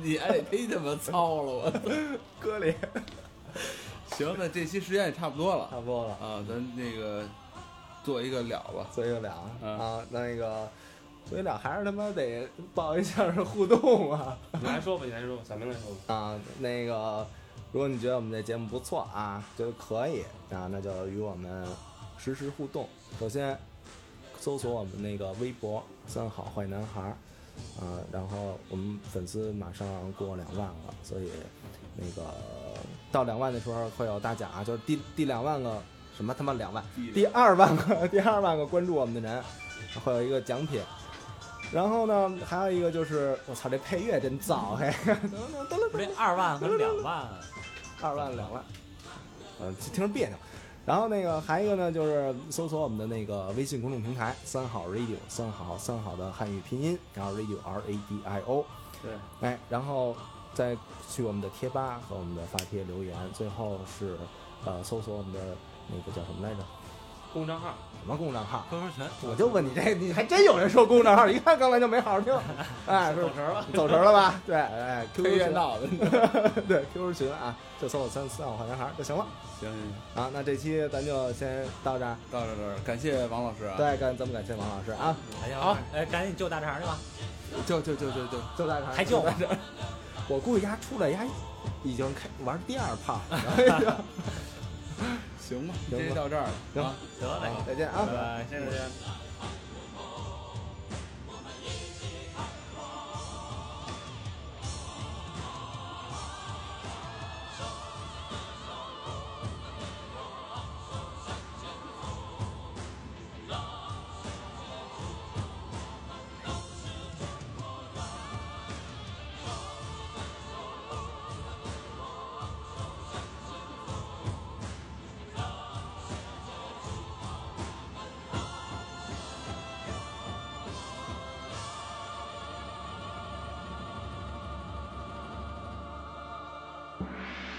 你 哎，忒他妈糙了我。 哥领，行，那这期时间也差不多了差不多了，啊，咱那个做一个了吧。所以就俩嗯啊，那个。所以俩还是他妈得报一下互动啊你来说吧，你来说吧，小明来说吧。啊！那个，如果你觉得我们这节目不错啊，就可以啊，那就与我们实时互动。首先，搜索我们那个微博“三好坏男孩”，儿”，啊，然后我们粉丝马上过两万了，所以那个到两万的时候会有大奖啊，就是第第两万个什么他妈两万，第二万个 第二万个关注我们的人会有一个奖品。然后呢，还有一个就是，我操，这配乐真燥嘿！不是二万和两万，啊二万两万，呃，听着别扭。然后那个还有一个呢，就是搜索我们的那个微信公众平台“三好 radio”，三好三好的汉语拼音，然后 radio r a d i o，对，哎，然后再去我们的贴吧和我们的发帖留言，最后是呃搜索我们的那个叫什么来着？公众号什么公众号？分分群。我就问你这，你还真有人说公众号，一看刚才就没好好听，哎，是走神儿了。走神儿了吧？对，哎黑，QQ 夜群，闹的。 对，QQ 群啊，就搜索三三好坏男孩儿就行了。行行，啊，那这期咱就先到这儿。到这儿到这儿，感谢王老师啊。对，感咱们感谢王老师啊，哎呀，好，哎，赶紧救大肠去吧，就就就就就就在这儿 还救吗？我估计丫出来丫已经开玩第二炮了。行吧，行吧这就到这儿了。行啊得嘞，再见啊拜。拜。谢谢大家。 Thank